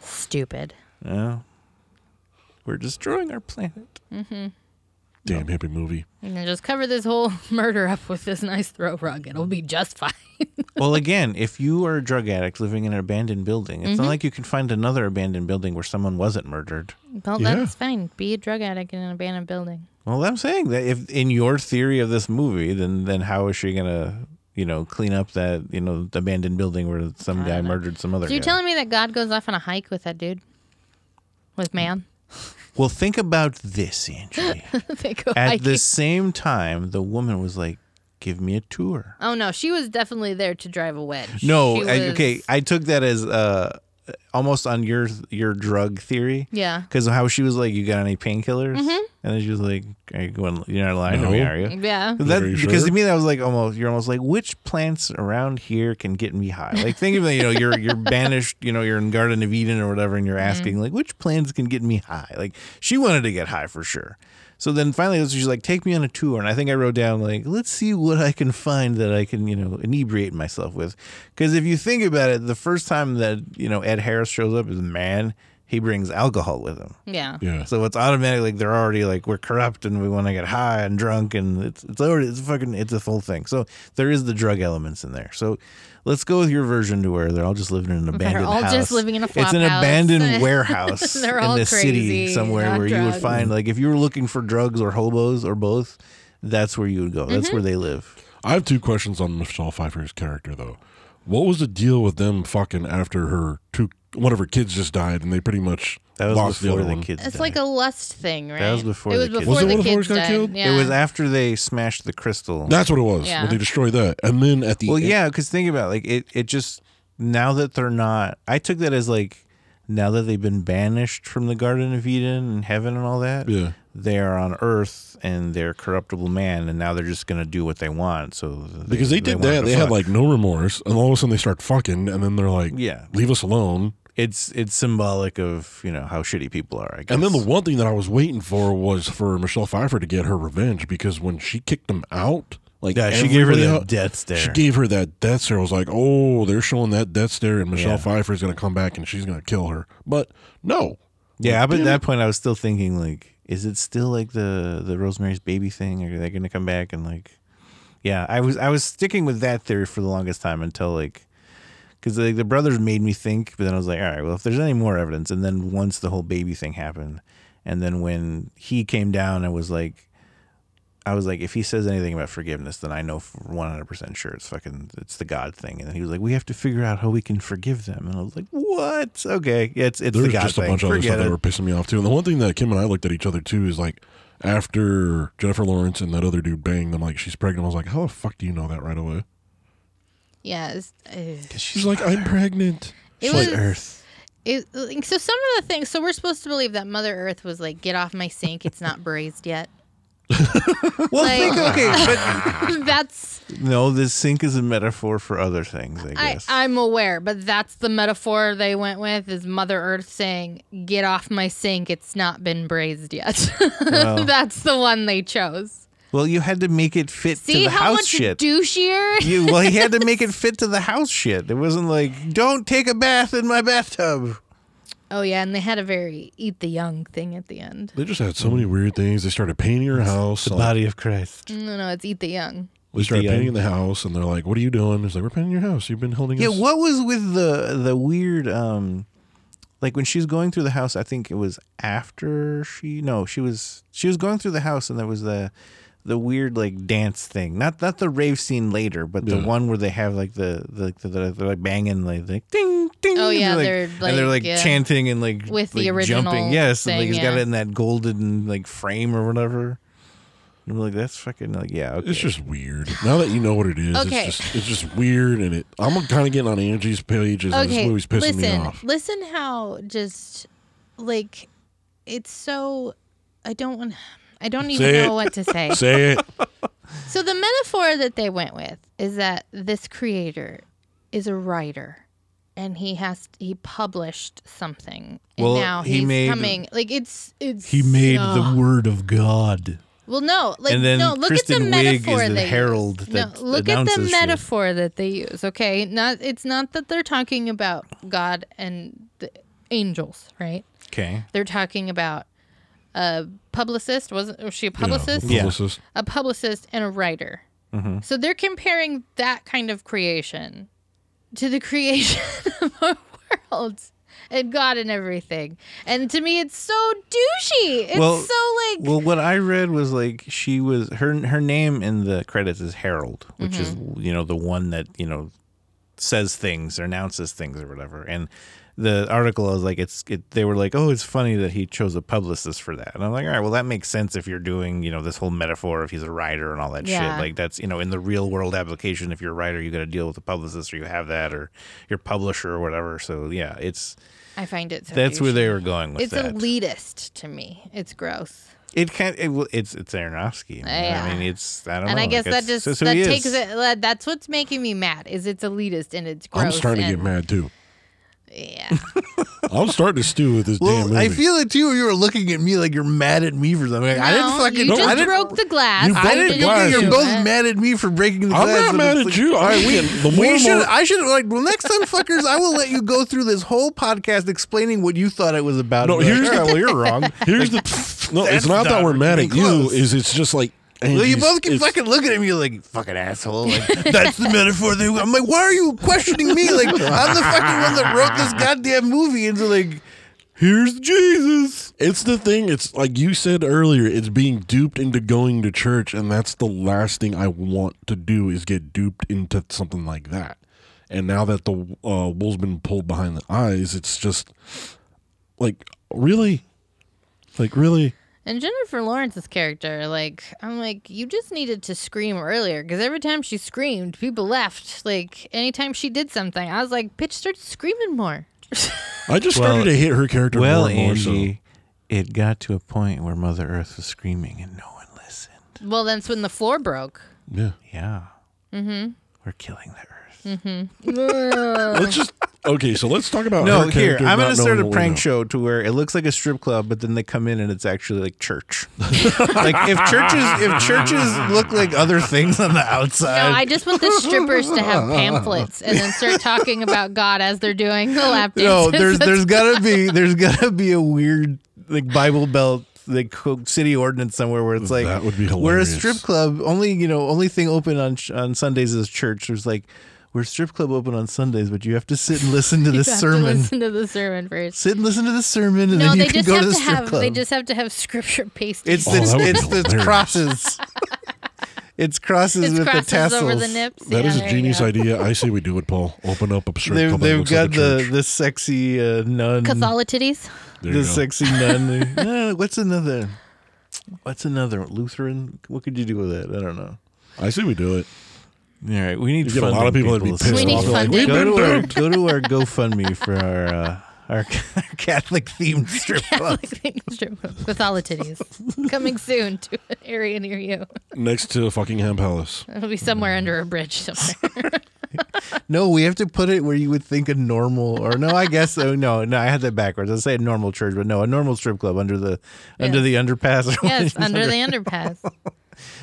Speaker 3: Stupid.
Speaker 1: Yeah. We're destroying our planet.
Speaker 2: Damn hippie movie.
Speaker 3: And then just cover this whole murder up with this nice throw rug. It'll be just fine.
Speaker 1: Well, again, if you are a drug addict living in an abandoned building,
Speaker 3: Mm-hmm.
Speaker 1: it's not like you can find another abandoned building where someone wasn't murdered.
Speaker 3: well,
Speaker 2: Yeah.
Speaker 3: that's fine. Be a drug addict in an abandoned building.
Speaker 1: Well, I'm saying that if in your theory of this movie, then then how is she gonna, you know, clean up that you know abandoned building where some guy murdered some other?
Speaker 3: So you're
Speaker 1: guy?
Speaker 3: telling me that God goes off on a hike with that dude? With man?
Speaker 1: well, think about this, Angie.
Speaker 3: they go
Speaker 1: At
Speaker 3: hiking.
Speaker 1: the same time, the woman was like, "Give me a tour."
Speaker 3: Oh no, she was definitely there to drive a wedge.
Speaker 1: No,
Speaker 3: She
Speaker 1: I,
Speaker 3: was-
Speaker 1: okay, I took that as uh almost on your your drug theory.
Speaker 3: Yeah. Mm-hmm.
Speaker 1: Because how she was like, "You got any painkillers?" And then she was like, "Are you going? You're not lying to
Speaker 2: No.
Speaker 1: me, are you?"
Speaker 3: Yeah.
Speaker 1: That,
Speaker 2: Are you
Speaker 1: because
Speaker 2: sure?
Speaker 1: to me that was like almost you're almost like which plants around here can get me high like think of it you know you're you're banished you know you're in Garden of Eden or whatever and you're asking like which plants can get me high like she wanted to get high for sure so then finally it was- she's like take me on a tour and I think I wrote down like let's see what I can find that I can you know inebriate myself with because if you think about it the first time that you know Ed Harris shows up is man he brings alcohol with him
Speaker 3: Yeah.
Speaker 2: Yeah.
Speaker 1: so it's automatic. Like they're already like we're corrupt and we want to get high and drunk and it's it's already it's fucking it's a full thing. So there is the drug elements in there. So let's go with your version to where they're all just living in an abandoned
Speaker 3: all
Speaker 1: house.
Speaker 3: just living in a
Speaker 1: It's an
Speaker 3: flophouse.
Speaker 1: abandoned warehouse
Speaker 3: They're
Speaker 1: in
Speaker 3: all
Speaker 1: the city
Speaker 3: crazy,
Speaker 1: somewhere
Speaker 3: on
Speaker 1: where you would
Speaker 3: drugs.
Speaker 1: find like if you were looking for drugs or hobos or both, that's where you would go.
Speaker 3: Mm-hmm.
Speaker 1: That's where they live.
Speaker 2: I have two questions on Michelle Pfeiffer's character though. What was the deal with them fucking after her two one of her kids just died and they pretty much
Speaker 1: That was
Speaker 2: lost the
Speaker 1: before
Speaker 2: other
Speaker 1: the,
Speaker 2: one?
Speaker 1: kids.
Speaker 3: It's
Speaker 1: died.
Speaker 3: like a lust thing, right?
Speaker 1: was before
Speaker 3: it
Speaker 1: the
Speaker 3: was
Speaker 1: kids died.
Speaker 3: before the
Speaker 2: Was it when the
Speaker 3: kids
Speaker 2: horse got
Speaker 3: died.
Speaker 2: killed? It
Speaker 3: Yeah.
Speaker 1: It was after they smashed the crystal.
Speaker 2: That's what it was.
Speaker 3: Yeah.
Speaker 2: When they destroyed that. And then at the
Speaker 1: Well,
Speaker 2: end-
Speaker 1: yeah, because think about it, like it. It just now that they're not, I took that as like now that they've been banished from the Garden of Eden and heaven and all that.
Speaker 2: Yeah.
Speaker 1: they are on Earth and they're corruptible man, and now they're just gonna do what they want. So they,
Speaker 2: Because they did
Speaker 1: wanted
Speaker 2: that.
Speaker 1: to
Speaker 2: They had
Speaker 1: fuck.
Speaker 2: like no remorse. And all of a sudden they start fucking and then they're like,
Speaker 1: Yeah.
Speaker 2: leave us alone.
Speaker 1: it's it's symbolic of you know how shitty people are. I guess.
Speaker 2: And then the one thing that I was waiting for was for Michelle Pfeiffer to get her revenge because when she kicked him out, like
Speaker 1: yeah, she gave her
Speaker 2: everybody
Speaker 1: that
Speaker 2: out-
Speaker 1: death stare.
Speaker 2: She gave her that death stare. I was like, oh, they're showing that death stare, and Michelle
Speaker 1: Yeah.
Speaker 2: Pfeiffer is going to come back and she's going to kill her. But no,
Speaker 1: yeah, up at
Speaker 2: Damn
Speaker 1: that
Speaker 2: it.
Speaker 1: point, I was still thinking like, is it still like the the Rosemary's Baby thing? Are they gonna come back and like? Yeah, I was I was sticking with that theory for the longest time until like, because like the brothers made me think, but then I was like, all right, well, if there's any more evidence, and then once the whole baby thing happened, and then when he came down, I was like, I was like, if he says anything about forgiveness, then I know for 100% sure it's fucking, it's the God thing. And then he was like, we have to figure out how we can forgive them. And I was like, what? Okay. Yeah, it's, it's
Speaker 2: there's
Speaker 1: the God
Speaker 2: just a
Speaker 1: thing.
Speaker 2: bunch of other
Speaker 1: Forget
Speaker 2: stuff that
Speaker 1: it.
Speaker 2: were pissing me off too. And the one thing that Kim and I looked at each other too is like, after Jennifer Lawrence and that other dude banged them, like she's pregnant. I was like, how the fuck do you know that right away?
Speaker 3: Yeah. It was, ugh.
Speaker 2: She's like, I'm pregnant.
Speaker 3: It
Speaker 2: She's like,
Speaker 3: was-
Speaker 2: Earth.
Speaker 3: It, like, so some of the things. So we're supposed to believe that Mother Earth was like, "Get off my sink! It's not braised yet."
Speaker 1: Well,
Speaker 3: Like-
Speaker 1: think, okay,
Speaker 3: that's
Speaker 1: but no, this sink is a metaphor for other things, I
Speaker 3: I,
Speaker 1: guess.
Speaker 3: I'm aware, but that's the metaphor they went with is Mother Earth saying, "Get off my sink! It's not been braised yet." that's the one they chose.
Speaker 1: well, you had to make it fit to
Speaker 3: See
Speaker 1: the
Speaker 3: how
Speaker 1: house
Speaker 3: much
Speaker 1: shit.
Speaker 3: douchier.
Speaker 1: you, well, he had to make it fit to the house shit. It wasn't like, don't take a bath in my bathtub.
Speaker 3: Oh yeah, and they had a very eat the young thing at the end.
Speaker 2: They just had so many weird things. They started painting her house.
Speaker 1: The
Speaker 2: like,
Speaker 1: body of Christ.
Speaker 3: No, no, it's eat the young.
Speaker 2: They started
Speaker 1: The, uh,
Speaker 2: painting the house, and they're like, "What are you doing?" It's like, "We're painting your house. You've been holding
Speaker 1: Yeah,
Speaker 2: us."
Speaker 1: what was with the the weird um like when she's going through the house, I think it was after she no, she was she was going through the house and there was the the weird like dance thing. Not not the rave scene later, but the
Speaker 2: Yeah.
Speaker 1: one where they have like the the, the, the they're like banging like, like ding ding.
Speaker 3: Oh, yeah,
Speaker 1: and
Speaker 3: they're,
Speaker 1: and they're
Speaker 3: like,
Speaker 1: like
Speaker 3: yeah.
Speaker 1: chanting and like
Speaker 3: With the
Speaker 1: like, jumping.
Speaker 3: original
Speaker 1: Yes, and like
Speaker 3: thing,
Speaker 1: he's got
Speaker 3: yeah.
Speaker 1: it in that golden like frame or whatever. And we're like that's fucking like yeah. Okay.
Speaker 2: It's just weird. Now that you know what it is,
Speaker 3: Okay.
Speaker 2: it's just it's just weird, and it. I'm kind of getting on Angie's pages. and this
Speaker 3: Okay,
Speaker 2: movie's pissing
Speaker 3: listen,
Speaker 2: me off.
Speaker 3: listen how just like it's so. I don't want. I don't even
Speaker 2: Say
Speaker 3: know
Speaker 2: it.
Speaker 3: what to say.
Speaker 2: Say it.
Speaker 3: So the metaphor that they went with is that this creator is a writer, and he has he published something, and
Speaker 1: Well,
Speaker 3: now
Speaker 1: he
Speaker 3: he's
Speaker 1: made-
Speaker 3: coming. Like it's it's
Speaker 1: He made
Speaker 3: ugh.
Speaker 1: the word of God.
Speaker 3: Well, no, like
Speaker 1: and then
Speaker 3: no. Look
Speaker 1: Kristen
Speaker 3: at the
Speaker 1: Wiig
Speaker 3: metaphor
Speaker 1: is the
Speaker 3: they use.
Speaker 1: herald
Speaker 3: No,
Speaker 1: that
Speaker 3: look at the
Speaker 1: announces shit.
Speaker 3: metaphor that they use. Okay, not it's not that they're talking about God and the angels, right?
Speaker 1: Okay.
Speaker 3: They're talking about a publicist. Wasn't was she a publicist?
Speaker 2: Yeah.
Speaker 1: Yeah.
Speaker 2: publicist.
Speaker 3: A publicist and a writer.
Speaker 1: Mm-hmm.
Speaker 3: So they're comparing that kind of creation to the creation of our world and God and everything. And to me, it's so douchey. It's
Speaker 1: Well-
Speaker 3: so like
Speaker 1: Well, what I read was like she was her her name in the credits is Harold, which
Speaker 3: Mm-hmm.
Speaker 1: is you know the one that you know says things or announces things or whatever. And the article I was like, it's it, they were like, oh, it's funny that he chose a publicist for that. And I'm like, all right, well that makes sense if you're doing you know this whole metaphor if he's a writer and all that
Speaker 3: Yeah.
Speaker 1: shit. Like that's you know in the real world application, if you're a writer, you got to deal with a publicist or you have that or your publisher or whatever. So yeah, it's
Speaker 3: I find it. So
Speaker 1: that's where
Speaker 3: douchey.
Speaker 1: they were going with
Speaker 3: It's
Speaker 1: that.
Speaker 3: elitist to me. It's gross.
Speaker 1: It can. It, well, it's it's Aronofsky.
Speaker 3: Yeah.
Speaker 1: I mean, it's I don't know.
Speaker 3: and I
Speaker 1: like,
Speaker 3: guess that
Speaker 1: it's-
Speaker 3: just
Speaker 1: it's who
Speaker 3: that
Speaker 1: he is.
Speaker 3: takes it. that- That's what's making me mad. Is it's elitist and it's gross.
Speaker 2: I'm starting to
Speaker 3: and,
Speaker 2: get mad too.
Speaker 3: Yeah,
Speaker 2: I'm starting to stew with this damn
Speaker 1: Well,
Speaker 2: movie.
Speaker 1: I feel it too. You were looking at me like you're mad at me for something. I didn't
Speaker 3: No,
Speaker 1: fucking.
Speaker 3: You just
Speaker 1: I didn't.
Speaker 3: broke the glass.
Speaker 2: You
Speaker 1: I
Speaker 2: broke
Speaker 1: didn't.
Speaker 2: the
Speaker 1: You're,
Speaker 2: glass.
Speaker 1: you're
Speaker 2: You
Speaker 1: both
Speaker 3: did.
Speaker 1: mad at me for breaking the
Speaker 2: I'm
Speaker 1: glass.
Speaker 2: not
Speaker 1: and
Speaker 2: mad
Speaker 1: it's
Speaker 2: at
Speaker 1: like-
Speaker 2: you. I we, the more
Speaker 1: We
Speaker 2: and
Speaker 1: should.
Speaker 2: more-
Speaker 1: I should like well, next time, fuckers. I will let you go through this whole podcast explaining what you thought it was about.
Speaker 2: No,
Speaker 1: And be like,
Speaker 2: here's
Speaker 1: "All right,
Speaker 2: the-
Speaker 1: well, you're wrong.
Speaker 2: Here's the no.
Speaker 1: that's
Speaker 2: It's not that
Speaker 1: not
Speaker 2: we're mad at
Speaker 1: even
Speaker 2: you.
Speaker 1: close.
Speaker 2: Is it's just like
Speaker 1: Well, you
Speaker 2: Angie's-
Speaker 1: both keep
Speaker 2: it's-
Speaker 1: fucking looking at me like fucking asshole. Like, That's the metaphor. They, I'm like, why are you questioning me? Like, I'm the fucking one that wrote this goddamn movie. And so like, here's Jesus.
Speaker 2: It's the thing. It's like you said earlier. It's being duped into going to church, and that's the last thing I want to do is get duped into something like that. And now that the uh, wool's been pulled behind the eyes, it's just like really, like really.
Speaker 3: and Jennifer Lawrence's character, like I'm like, you just needed to scream earlier because every time she screamed, people left. Like anytime she did something, I was like, bitch, start screaming more.
Speaker 2: I just
Speaker 1: Well-
Speaker 2: started to hate her character
Speaker 1: Well,
Speaker 2: more and more. so-
Speaker 1: Angie, it got to a point where Mother Earth was screaming and no one listened.
Speaker 3: well, that's when the floor broke.
Speaker 2: yeah.
Speaker 1: Yeah. Mm-hmm. We're killing the Earth.
Speaker 2: Let's just okay. So let's talk about
Speaker 1: No,
Speaker 2: her
Speaker 1: here
Speaker 2: character
Speaker 1: I'm
Speaker 2: not
Speaker 1: gonna start
Speaker 2: knowing
Speaker 1: a
Speaker 2: what we know.
Speaker 1: prank show to where it looks like a strip club, but then they come in and it's actually like church. like if churches if churches look like other things on the outside,
Speaker 3: No, I just want the strippers to have pamphlets and then start talking about God as they're doing the lap dances.
Speaker 1: No, there's there's gotta be there's gotta be a weird like Bible Belt like co- city ordinance somewhere where it's like
Speaker 2: That would be
Speaker 1: We're a
Speaker 2: hilarious.
Speaker 1: strip club. Only you know only thing open on ch- on Sundays is church. There's like we're a strip club open on Sundays, but you have to sit and listen to
Speaker 3: You
Speaker 1: this
Speaker 3: have to
Speaker 1: sermon.
Speaker 3: listen to the sermon first.
Speaker 1: Sit and listen to the sermon, and
Speaker 3: No,
Speaker 1: then you
Speaker 3: they
Speaker 1: can
Speaker 3: just
Speaker 1: go to
Speaker 3: have
Speaker 1: the
Speaker 3: to
Speaker 1: strip
Speaker 3: have
Speaker 1: club.
Speaker 3: they just have to have scripture pasted.
Speaker 1: it's
Speaker 2: Oh, that
Speaker 1: it's,
Speaker 2: would be
Speaker 1: it's the
Speaker 2: hilarious.
Speaker 1: crosses. it's crosses
Speaker 3: It's
Speaker 1: with
Speaker 3: crosses
Speaker 1: the tassels.
Speaker 3: over the nips.
Speaker 2: That is
Speaker 3: Yeah, there
Speaker 2: a
Speaker 3: you
Speaker 2: genius
Speaker 3: go.
Speaker 2: idea. I say we do it, Paul. Open up a strip
Speaker 1: They've,
Speaker 2: club. that
Speaker 1: they've
Speaker 2: looks
Speaker 1: got
Speaker 2: like a
Speaker 1: the
Speaker 2: church.
Speaker 1: the sexy uh, nun.
Speaker 3: Catholicities.
Speaker 2: There you
Speaker 1: the
Speaker 2: go.
Speaker 1: sexy nun. no, no, no, what's another? What's another Lutheran? What could you do with that? I don't know.
Speaker 2: I say we do it.
Speaker 1: All right, we need
Speaker 2: You get a lot of people that'd be
Speaker 1: listening.
Speaker 2: pissed
Speaker 3: We
Speaker 2: off.
Speaker 3: need
Speaker 2: Like,
Speaker 3: funding.
Speaker 2: We've
Speaker 1: go
Speaker 2: been
Speaker 1: to our
Speaker 2: duped.
Speaker 1: go to our GoFundMe for our uh, our Catholic themed strip club.
Speaker 3: Catholicities. Coming soon to an area near you.
Speaker 2: Next to Fuckingham Palace.
Speaker 3: It'll be somewhere under a bridge somewhere.
Speaker 1: No, we have to put it where you would think a normal or no, I guess oh no, no, I had that backwards. I say a normal church, but no, a normal strip club under the under the underpass. or
Speaker 3: yes,
Speaker 1: whatever.
Speaker 3: under the underpass.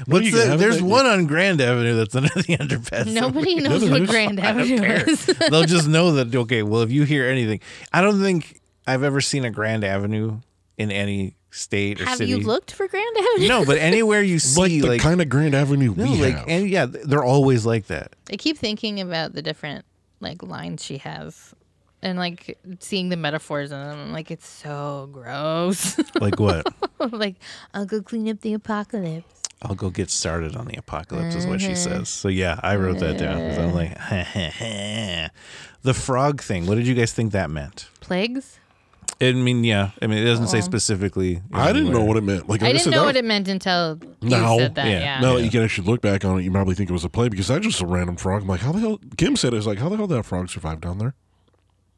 Speaker 1: What's
Speaker 2: you
Speaker 1: the-
Speaker 2: can have it
Speaker 1: there's
Speaker 2: like-
Speaker 1: one on Grand Avenue that's under the underpass.
Speaker 3: Nobody knows
Speaker 2: other
Speaker 3: what
Speaker 2: news-
Speaker 3: Grand Avenue is.
Speaker 1: They'll just know that okay, well if you hear anything. I don't think I've ever seen a Grand Avenue in any state or
Speaker 3: Have
Speaker 1: city.
Speaker 3: you looked for Grand Avenue?
Speaker 1: No, but anywhere you
Speaker 2: Like
Speaker 1: see
Speaker 2: the
Speaker 1: like,
Speaker 2: kind of Grand Avenue
Speaker 1: no,
Speaker 2: we
Speaker 1: like
Speaker 2: have.
Speaker 1: and yeah, they're always like that.
Speaker 3: I keep thinking about the different like lines she has and like seeing the metaphors in them. I'm like, it's so gross.
Speaker 1: Like what?
Speaker 3: like, I'll go clean up the apocalypse.
Speaker 1: I'll go get started on the apocalypse, is
Speaker 3: Mm-hmm.
Speaker 1: what she says. So yeah, I wrote that down because I'm like, the frog thing. What did you guys think that meant?
Speaker 3: Plagues?
Speaker 1: I mean, yeah, I mean, it doesn't say specifically.
Speaker 2: I didn't know
Speaker 1: anywhere.
Speaker 2: what it meant. Like
Speaker 3: I
Speaker 2: like
Speaker 3: didn't
Speaker 2: said,
Speaker 3: know
Speaker 2: that-
Speaker 3: what it meant until you
Speaker 2: No.
Speaker 3: said that.
Speaker 1: Yeah.
Speaker 3: Yeah.
Speaker 2: Now that you can actually look back on it, you probably think it was a play because that's just a random frog. I'm like, how the hell? Kim said it was like, how the hell did that frog survive down there?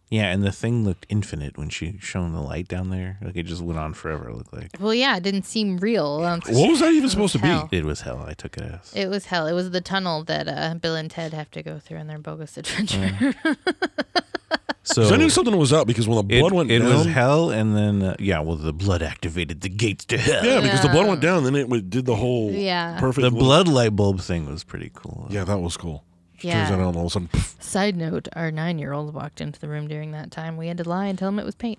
Speaker 1: Yeah, and the thing looked infinite when she shone the light down there. Like it just went on forever. It looked like
Speaker 3: Well, yeah, it didn't seem real. Um,
Speaker 2: What was that even supposed to
Speaker 3: hell.
Speaker 2: be?
Speaker 1: it was hell. I took it as.
Speaker 3: Oh. It was hell. It
Speaker 1: Mm.
Speaker 3: was the tunnel that uh, Bill and Ted have to go through in their bogus adventure.
Speaker 1: So
Speaker 2: 'Cause I knew something was up because when the
Speaker 1: it,
Speaker 2: blood went
Speaker 1: it
Speaker 2: down,
Speaker 1: was hell, and then uh, yeah, well, the blood activated the gates to hell.
Speaker 2: yeah, because the blood went down, then it would- did the whole
Speaker 3: Yeah.
Speaker 2: perfect
Speaker 1: The
Speaker 2: loop.
Speaker 1: blood light bulb thing was pretty cool.
Speaker 2: Yeah, that was cool. She
Speaker 3: Yeah.
Speaker 2: turns that on all of a sudden. pff,
Speaker 3: Side note, our nine year old walked into the room during that time. We had to lie and tell him it was paint.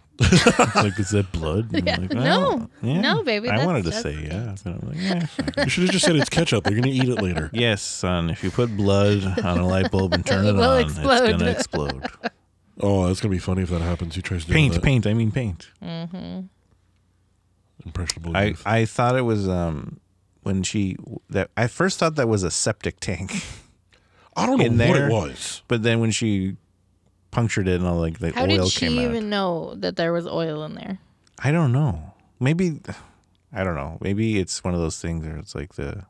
Speaker 1: like is that blood? And I'm like,
Speaker 3: no.
Speaker 1: oh, yeah.
Speaker 3: No, baby,
Speaker 1: I
Speaker 3: that's-
Speaker 1: wanted to
Speaker 3: that's
Speaker 1: say yeah, but I'm like, yeah.
Speaker 2: you should have just said it's ketchup. You're gonna eat it later.
Speaker 1: yes, son. If you put blood on a light bulb and turn it,
Speaker 3: It will
Speaker 1: on,
Speaker 3: explode.
Speaker 1: it's gonna explode.
Speaker 2: Oh, that's gonna be funny if that happens. He tries to do
Speaker 1: paint,
Speaker 2: that.
Speaker 1: paint. I mean paint.
Speaker 2: Impressionable.
Speaker 1: I
Speaker 3: Mm-hmm.
Speaker 2: youth.
Speaker 1: I thought it was um when she that I first thought that was a septic tank,
Speaker 2: I don't know
Speaker 1: in
Speaker 2: what
Speaker 1: there.
Speaker 2: it was.
Speaker 1: but then when she punctured it and all like the
Speaker 3: How
Speaker 1: oil
Speaker 3: did she
Speaker 1: came out.
Speaker 3: even know that there was oil in there?
Speaker 1: I don't know. Maybe I don't know. Maybe it's one of those things where it's like the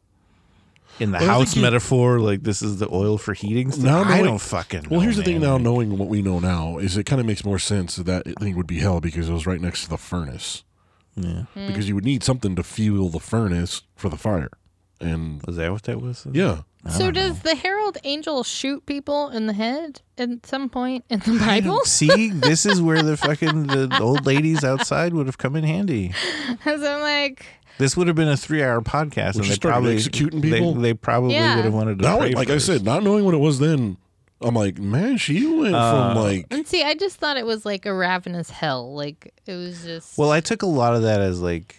Speaker 1: in the
Speaker 2: Well, I
Speaker 1: house
Speaker 2: think you-
Speaker 1: metaphor, like this is the oil for heating stuff.
Speaker 2: Now
Speaker 1: I
Speaker 2: knowing-
Speaker 1: don't fucking.
Speaker 2: Well,
Speaker 1: know,
Speaker 2: here's the thing.
Speaker 1: man.
Speaker 2: Now knowing what we know now is it kind of makes more sense that that thing would be hell because it was right next to the furnace.
Speaker 1: Yeah.
Speaker 2: Because you would need something to fuel the furnace for the fire, and
Speaker 1: Was that what that was?
Speaker 2: yeah,
Speaker 3: So does the herald angel shoot people in the head at some point in the Bible?
Speaker 1: See, this is where the fucking the old ladies outside would have come in handy.
Speaker 3: Because I'm like,
Speaker 1: This would have been a three-hour podcast,
Speaker 2: Would
Speaker 1: and
Speaker 2: you
Speaker 1: they
Speaker 2: start
Speaker 1: probably
Speaker 2: executing
Speaker 1: they-
Speaker 2: people?
Speaker 1: They, probably
Speaker 3: Yeah.
Speaker 1: would have wanted to.
Speaker 2: now
Speaker 1: pray
Speaker 2: like
Speaker 1: first.
Speaker 2: I said, not knowing what it was then, I'm like, man, she went from
Speaker 1: Uh,
Speaker 2: like
Speaker 3: and see, I just thought it was like a ravenous hell. Like it was just.
Speaker 1: Well, I took a lot of that as like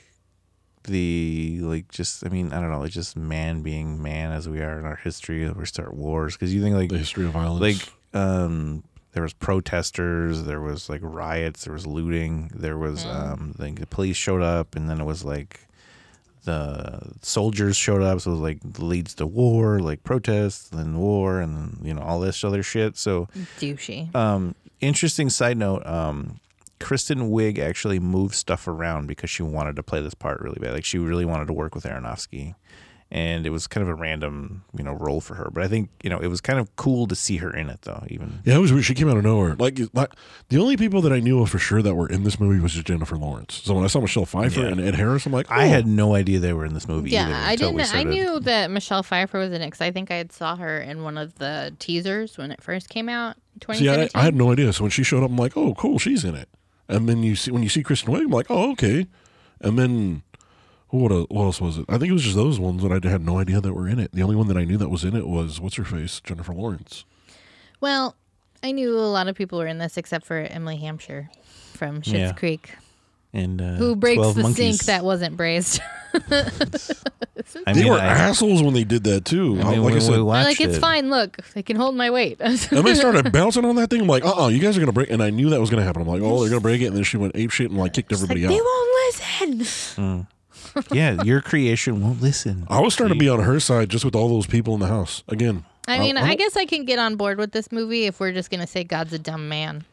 Speaker 1: the like just I mean I don't know like just man being man as we are in our history we start wars because you think like
Speaker 2: the history of violence.
Speaker 1: like um there was protesters there was like riots there was looting there was um like the police showed up and then it was like the soldiers showed up so it was like leads to war like protests then war and then you know all this other shit so
Speaker 3: douchey.
Speaker 1: um, interesting side note. Um, Kristen Wiig actually moved stuff around because she wanted to play this part really bad. Like she really wanted to work with Aronofsky, and it was kind of a random, you know, role for her. But I think you know it was kind of cool to see her in it though. Even
Speaker 2: Yeah, it was weird. She came out of nowhere. Like, like the only people that I knew of for sure that were in this movie was just Jennifer Lawrence. So when I saw Michelle Pfeiffer
Speaker 1: Yeah.
Speaker 2: and Ed Harris, I'm like,
Speaker 1: I
Speaker 2: oh.
Speaker 1: had no idea they were in this movie. either
Speaker 3: yeah, I
Speaker 1: until we
Speaker 3: didn't. I
Speaker 1: started-
Speaker 3: knew that Michelle Pfeiffer was in it because I think I had saw her in one of the teasers when it first came out.
Speaker 2: See, I,
Speaker 3: 2017.
Speaker 2: I had no idea. So when she showed up, I'm like, oh, cool, she's in it. And then you see when you see Kristen Wiig, I'm like, oh, okay. And then what? el- What else was it? I think it was just those ones that I had no idea that were in it. The only one that I knew that was in it was what's her face, Jennifer Lawrence.
Speaker 3: Well, I knew a lot of people were in this except for Emily Hampshire from Schitt's
Speaker 1: Yeah.
Speaker 3: Creek,
Speaker 1: And uh,
Speaker 3: who breaks
Speaker 1: 12
Speaker 3: the
Speaker 1: monkeys.
Speaker 3: sink that wasn't braised.
Speaker 1: I
Speaker 2: They
Speaker 1: mean,
Speaker 2: were
Speaker 1: I,
Speaker 2: assholes when they did that too.
Speaker 1: I mean,
Speaker 2: like I
Speaker 1: when we
Speaker 2: said,
Speaker 1: watched
Speaker 3: They're like, it's
Speaker 1: it-
Speaker 3: fine. Look, I can hold my weight.
Speaker 2: and they started bouncing on that thing. I'm like, uh, uh you guys are gonna break. And I knew that was gonna happen. I'm like, oh, they're gonna break it. And then she went ape shit and like kicked everybody out.
Speaker 3: won't listen.
Speaker 1: Yeah, your creation won't listen.
Speaker 2: I was starting to be on her side just with all those people in the house. Again,
Speaker 3: I mean, I, guess I can get on board with this movie if we're just gonna say God's a dumb man.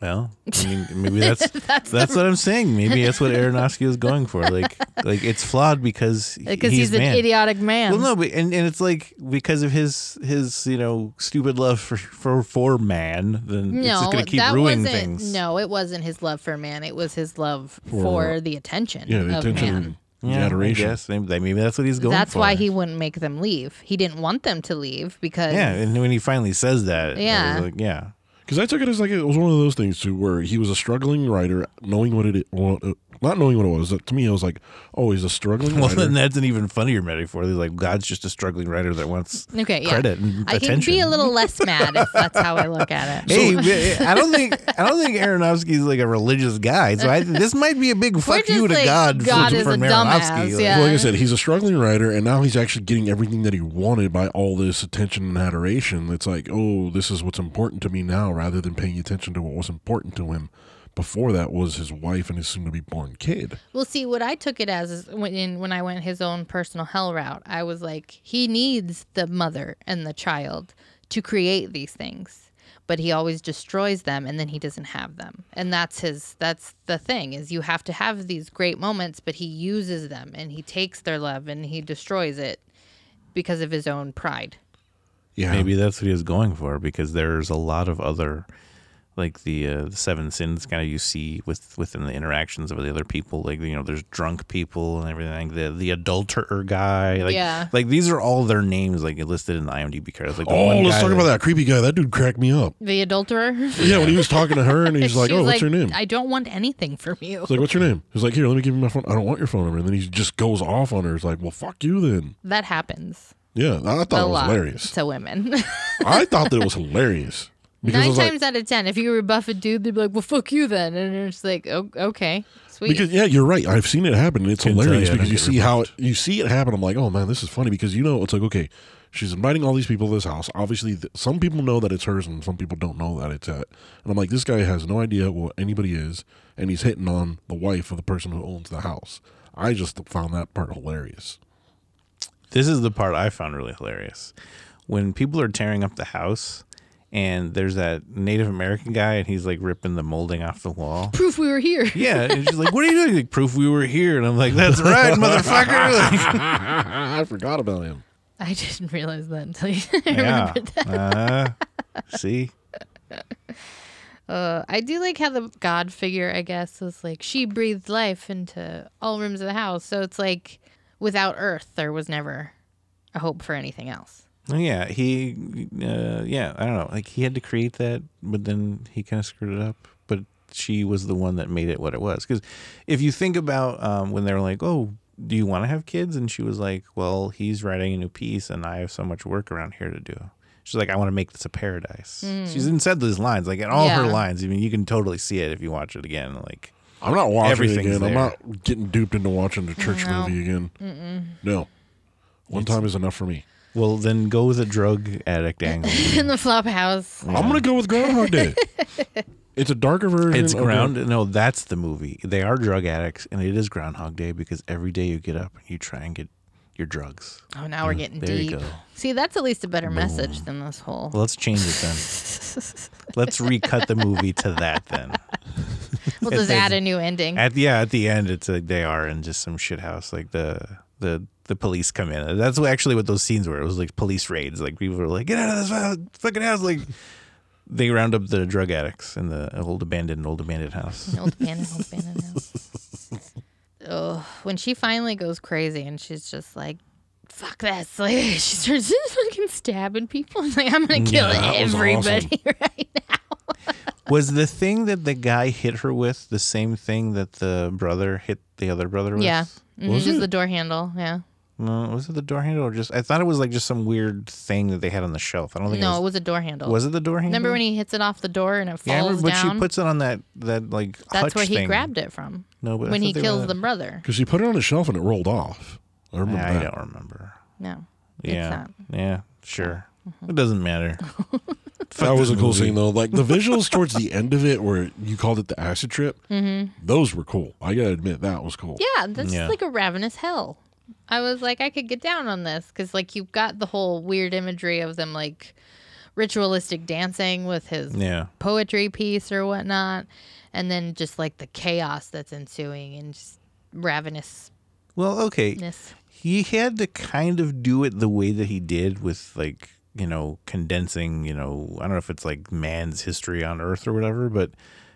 Speaker 1: Well, I mean, maybe that's that's, what I'm saying. Maybe that's what Aronofsky was going for. Like, like it's flawed because
Speaker 3: Because he's, an
Speaker 1: man.
Speaker 3: idiotic man.
Speaker 1: Well, no, but, and and it's like because of his his you know stupid love for for, for man, then it's
Speaker 3: No,
Speaker 1: just gonna keep
Speaker 3: that
Speaker 1: ruining
Speaker 3: wasn't.
Speaker 1: things.
Speaker 3: No, it wasn't his love for man. It was his love for, the attention
Speaker 2: yeah, the
Speaker 3: of
Speaker 2: attention,
Speaker 3: man.
Speaker 2: the
Speaker 1: Oh, yeah,
Speaker 2: adoration.
Speaker 1: Yes, maybe, maybe that's what he's going.
Speaker 3: That's
Speaker 1: for.
Speaker 3: why he wouldn't make them leave. He didn't want them to leave because
Speaker 1: Yeah, and when he finally says that, I
Speaker 3: Yeah.
Speaker 1: was like, yeah,
Speaker 2: Because I took it as like it was one of those things too, where he was a struggling writer, knowing what it, what, uh, not knowing what it was. To me, I was like, oh, he's a struggling
Speaker 1: Well,
Speaker 2: writer.
Speaker 1: then that's an even funnier metaphor. He's like, God's just a struggling writer that wants
Speaker 3: Okay, yeah.
Speaker 1: credit and
Speaker 3: I
Speaker 1: attention.
Speaker 3: can be a little less mad if that's how I look at it.
Speaker 1: Hey, but I don't think I don't think Aronofsky's like a religious guy. So I, this might be a big fuck you
Speaker 3: just
Speaker 1: to
Speaker 3: like,
Speaker 1: God,
Speaker 3: God
Speaker 1: for,
Speaker 3: is
Speaker 1: from
Speaker 3: a
Speaker 1: Aronofsky.
Speaker 3: dumbass,
Speaker 1: Like,
Speaker 3: yeah.
Speaker 2: Well, like I said, he's a struggling writer, and now he's actually getting everything that he wanted by all this attention and adoration. It's like, oh, this is what's important to me now, rather than paying attention to what was important to him before. That was his wife and his soon-to-be born kid.
Speaker 3: Well, see, what I took it as is when in, when I went his own personal hell route, I was like, he needs the mother and the child to create these things, but he always destroys them, and then he doesn't have them, and that's his. That's the thing is you have to have these great moments, but he uses them and he takes their love and he destroys it because of his own pride.
Speaker 2: Yeah,
Speaker 1: Maybe that's what he was going for because there's a lot of other like the uh, the seven sins kind of you see with within the interactions of the other people like you know there's drunk people and everything the the adulterer guy like
Speaker 3: Yeah.
Speaker 1: like these are all their names like listed in the IMDb cards like the
Speaker 2: Oh,
Speaker 1: one
Speaker 2: let's
Speaker 1: guy
Speaker 2: talk about that creepy guy. That dude cracked me up.
Speaker 3: The adulterer. She's
Speaker 2: Yeah, when he was talking to her and he's like, "Oh, what's your name?"
Speaker 3: I don't want anything from you.
Speaker 2: He's like, "What's your name?" He's like, "Here, let me give you my phone." I don't want your phone number. And then he just goes off on her. He's like, "Well, fuck you then."
Speaker 3: That happens
Speaker 2: Yeah, I thought
Speaker 3: a
Speaker 2: it Oh, was
Speaker 3: lot
Speaker 2: hilarious.
Speaker 3: to women.
Speaker 2: I thought that it was hilarious because I
Speaker 3: Nine
Speaker 2: was like,
Speaker 3: times out of ten, if you rebuff a dude, they'd be like, "Well, fuck you then," and it's like, "Oh, okay, sweet."
Speaker 2: because yeah, you're right. I've seen it happen. and It's
Speaker 1: Couldn't tell
Speaker 2: hilarious
Speaker 1: you, I
Speaker 2: because
Speaker 1: don't
Speaker 2: you
Speaker 1: get
Speaker 2: see how it, you see it happen. I'm like, "Oh man, this is funny." Because you know, it's like, okay, she's inviting all these people to this house. Obviously, th- some people know that it's hers, and some people don't know that it's at. And I'm like, this guy has no idea what anybody is, and he's hitting on the wife of the person who owns the house. I just found that part hilarious.
Speaker 1: This is the part I found really hilarious. When people are tearing up the house and there's that Native American guy and he's like ripping the molding off the wall.
Speaker 3: Proof we were here.
Speaker 1: Yeah, and she's like, "What are you doing?" Like, proof we were here, and I'm like, "That's right, motherfucker!" Like,
Speaker 2: I forgot about him.
Speaker 3: I didn't realize that until you.
Speaker 1: yeah, Uh, see,
Speaker 3: Uh, I do like how the God figure, I guess, was like she breathed life into all rooms of the house. So it's like without Earth, there was never a hope for anything else.
Speaker 1: Well, Oh, yeah, he, uh, yeah, I don't know, like he had to create that, but then he kind of screwed it up. But she was the one that made it what it was. Because if you think about um, when they were like, "Oh, do you want to have kids?" and she was like, "Well, he's writing a new piece, and I have so much work around here to do." She's like, "I want to make this a paradise." She's in said these lines, like in all her
Speaker 3: Yeah.
Speaker 1: lines. I mean, you can totally see it if you watch it again. Like,
Speaker 2: I'm not watching
Speaker 1: Everything's
Speaker 2: it again. I'm
Speaker 1: there.
Speaker 2: not getting duped into watching the church
Speaker 3: No.
Speaker 2: movie again. No. One time is enough for me.
Speaker 1: well, then go with a drug addict angle.
Speaker 3: In the flop house.
Speaker 2: I'm going to go with Groundhog Day. it's a darker version.
Speaker 1: It's
Speaker 2: of
Speaker 1: ground. No, that's the movie. They are drug addicts, and it is Groundhog Day because every day you get up and you try and get your drugs.
Speaker 3: Oh, now we're getting
Speaker 1: There you
Speaker 3: deep.
Speaker 1: go.
Speaker 3: See, that's at least a better message than this whole.
Speaker 1: Well, let's change it then. let's recut the movie to that then.
Speaker 3: We'll
Speaker 1: it's-
Speaker 3: just add a new ending.
Speaker 1: At yeah, at the end, it's like they are in just some shit house. Like the the the police come in. That's what- actually what those scenes were. It was like police raids. Like people were like, get out of this house- fucking house. Like they round up the drug addicts in the old abandoned old abandoned house.
Speaker 3: Old Bannon, old Bannon house. Oh, when she finally goes crazy and she's just like, "Fuck this!" Like she starts just fucking stabbing people. I'm like, "I'm
Speaker 1: Mm,
Speaker 3: gonna kill
Speaker 2: that was
Speaker 3: everybody right now."
Speaker 1: Was the thing that the guy hit her with the same thing that the brother hit the other brother with?
Speaker 3: Yeah, Mhm,
Speaker 2: Was
Speaker 3: just
Speaker 2: it?
Speaker 3: the door handle. Yeah,
Speaker 1: No, was it the door handle or just? I thought it was like just some weird thing that they had on the shelf. I don't think.
Speaker 3: no,
Speaker 1: It
Speaker 3: it
Speaker 1: was,
Speaker 3: was a door handle.
Speaker 1: was it the door handle?
Speaker 3: Remember when he hits it off the door and it
Speaker 1: Yeah, I
Speaker 3: falls
Speaker 1: remember, but
Speaker 3: down?
Speaker 1: she puts it on that that like.
Speaker 3: That's
Speaker 1: hutch
Speaker 3: where he
Speaker 1: thing.
Speaker 3: grabbed it from.
Speaker 1: No, but I
Speaker 3: when
Speaker 1: thought
Speaker 3: he
Speaker 1: they were
Speaker 3: kills
Speaker 1: on-
Speaker 3: the brother.
Speaker 2: Because she put it on a shelf and it rolled off. I remember
Speaker 1: I
Speaker 2: that.
Speaker 1: don't remember.
Speaker 3: No,
Speaker 1: Yeah.
Speaker 3: it's not. Mm-hmm.
Speaker 1: Yeah. Sure. It doesn't matter.
Speaker 2: That was a cool scene, though. Like the visuals towards the end of it, where you called it the acid trip,
Speaker 3: Mm-hmm.
Speaker 2: those were cool. I got to admit, that was cool.
Speaker 3: Yeah, that's
Speaker 1: Yeah.
Speaker 3: like a ravenous hell. I was like, I could get down on this because, like, you've got the whole weird imagery of them like ritualistic dancing with his
Speaker 1: Yeah.
Speaker 3: poetry piece or whatnot, and then just like the chaos that's ensuing and just ravenousness.
Speaker 1: Well, okay. he had to kind of do it the way that he did with like you know condensing you know i don't know if it's like man's history on earth or whatever but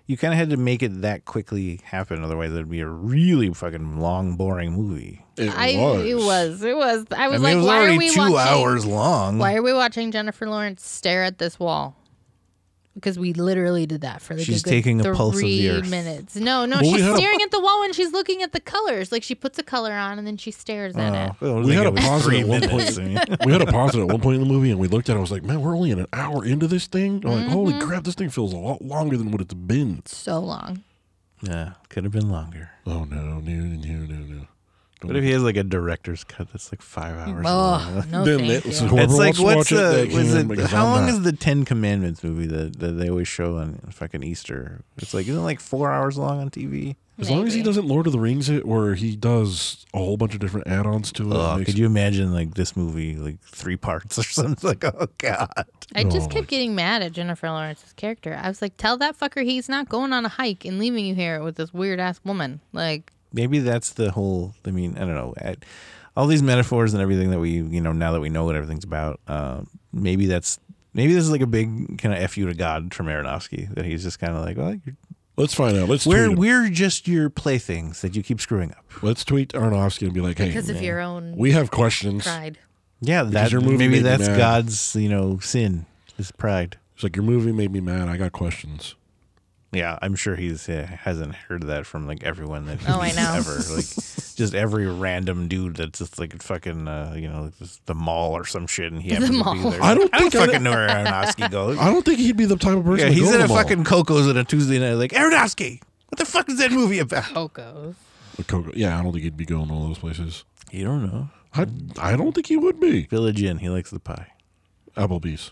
Speaker 1: you kind of had to make it that quickly happen otherwise it'd be a really fucking long boring movie
Speaker 2: It
Speaker 3: I
Speaker 2: was.
Speaker 3: it was it was I
Speaker 1: i mean
Speaker 3: was like,
Speaker 1: it was
Speaker 3: why are
Speaker 1: already
Speaker 3: we
Speaker 1: two
Speaker 3: watching?
Speaker 1: hours long
Speaker 3: Why are we watching Jennifer Lawrence stare at this wall? Because we literally did that for like
Speaker 1: She's
Speaker 3: a good
Speaker 1: taking a
Speaker 3: three
Speaker 1: pulse of the earth.
Speaker 3: minutes. No, no,
Speaker 2: Well, we
Speaker 3: she's
Speaker 2: had a-
Speaker 3: staring at the wall and she's looking at the colors. Like she puts a color on and then she stares
Speaker 1: Uh,
Speaker 3: at it.
Speaker 1: Oh.
Speaker 2: We had a pause
Speaker 1: three
Speaker 2: at one
Speaker 1: minutes.
Speaker 2: point.
Speaker 1: I mean,
Speaker 2: we had to pause it at one point in the movie and we looked at it. I was like, man, we're only in an hour into this thing. I'm like,
Speaker 3: Mm-hmm.
Speaker 2: holy crap, this thing feels a lot longer than what it's been.
Speaker 3: So long.
Speaker 1: yeah, could have been longer.
Speaker 2: Oh, no, no, no, no, no.
Speaker 1: What if he has like a director's cut that's like five hours? long?
Speaker 3: Oh no,
Speaker 2: Then
Speaker 3: thank
Speaker 2: it-
Speaker 3: you.
Speaker 2: Whoever
Speaker 1: it's like
Speaker 2: wants to
Speaker 1: what's
Speaker 2: watch it,
Speaker 1: the
Speaker 2: they
Speaker 1: was
Speaker 2: can,
Speaker 1: it
Speaker 2: because
Speaker 1: how
Speaker 2: I'm
Speaker 1: long
Speaker 2: not.
Speaker 1: is the Ten Commandments movie that, that they always show on fucking Easter? It's like isn't it like four hours long on TV?
Speaker 2: As long as he
Speaker 3: Maybe.
Speaker 2: doesn't Lord of the Rings it, where he does a whole bunch of different add ons to it.
Speaker 1: Oh,
Speaker 2: makes-
Speaker 1: could you imagine like this movie like three parts or something? Like oh god,
Speaker 3: I just
Speaker 2: Oh.
Speaker 3: kept getting mad at Jennifer Lawrence's character. I was like, tell that fucker he's not going on a hike and leaving you here with this weird ass woman. Like
Speaker 1: maybe that's the whole. I mean, I don't know. I- all these metaphors and everything that we you know now that we know what everything's about, uh, um, maybe that's Maybe this is like a big kind of F you to God from Aronofsky that he's just kind of like, well, you're,
Speaker 2: Let's find out. Let's
Speaker 1: we're,
Speaker 2: tweet. him.
Speaker 1: we're just your playthings that you keep screwing up.
Speaker 2: Let's tweet Aronofsky and be like, hey,
Speaker 3: because of your own
Speaker 2: we have questions.
Speaker 3: pride.
Speaker 1: Yeah, that,
Speaker 2: your movie made
Speaker 1: maybe
Speaker 2: me uh,
Speaker 1: that's
Speaker 2: mad.
Speaker 1: God's, you know, sin, his pride.
Speaker 2: It's like your movie made me mad. I got questions.
Speaker 1: Yeah, I'm sure he's uh, hasn't heard that from like everyone that he's
Speaker 3: Oh, I know.
Speaker 1: ever like just every random dude that's just like fucking uh, you know like just the mall or some shit and he happens to be
Speaker 3: mall.
Speaker 1: there.
Speaker 2: I don't
Speaker 1: I don't
Speaker 2: think I-
Speaker 1: fucking know where Aronofsky goes.
Speaker 2: I don't think he'd be the type of person.
Speaker 1: Yeah,
Speaker 2: to
Speaker 1: he's
Speaker 2: go
Speaker 1: at
Speaker 2: to
Speaker 1: a
Speaker 2: the mall.
Speaker 1: fucking Coco's on a Tuesday night like Aronofsky. What the fuck is that movie about?
Speaker 3: Pocos.
Speaker 2: A Coco- Yeah, I don't think he'd be going to all those places.
Speaker 1: You don't know.
Speaker 2: I I don't think he would be
Speaker 1: Village Inn. He likes the pie.
Speaker 2: Applebee's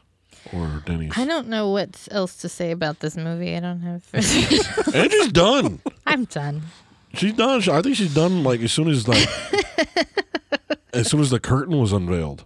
Speaker 2: or Denny's.
Speaker 3: I don't know what else to say about this movie. I don't have.
Speaker 2: Angie's done.
Speaker 3: I'm done.
Speaker 2: She's done. She- I think she's done. Like as soon as like as soon as the curtain was unveiled.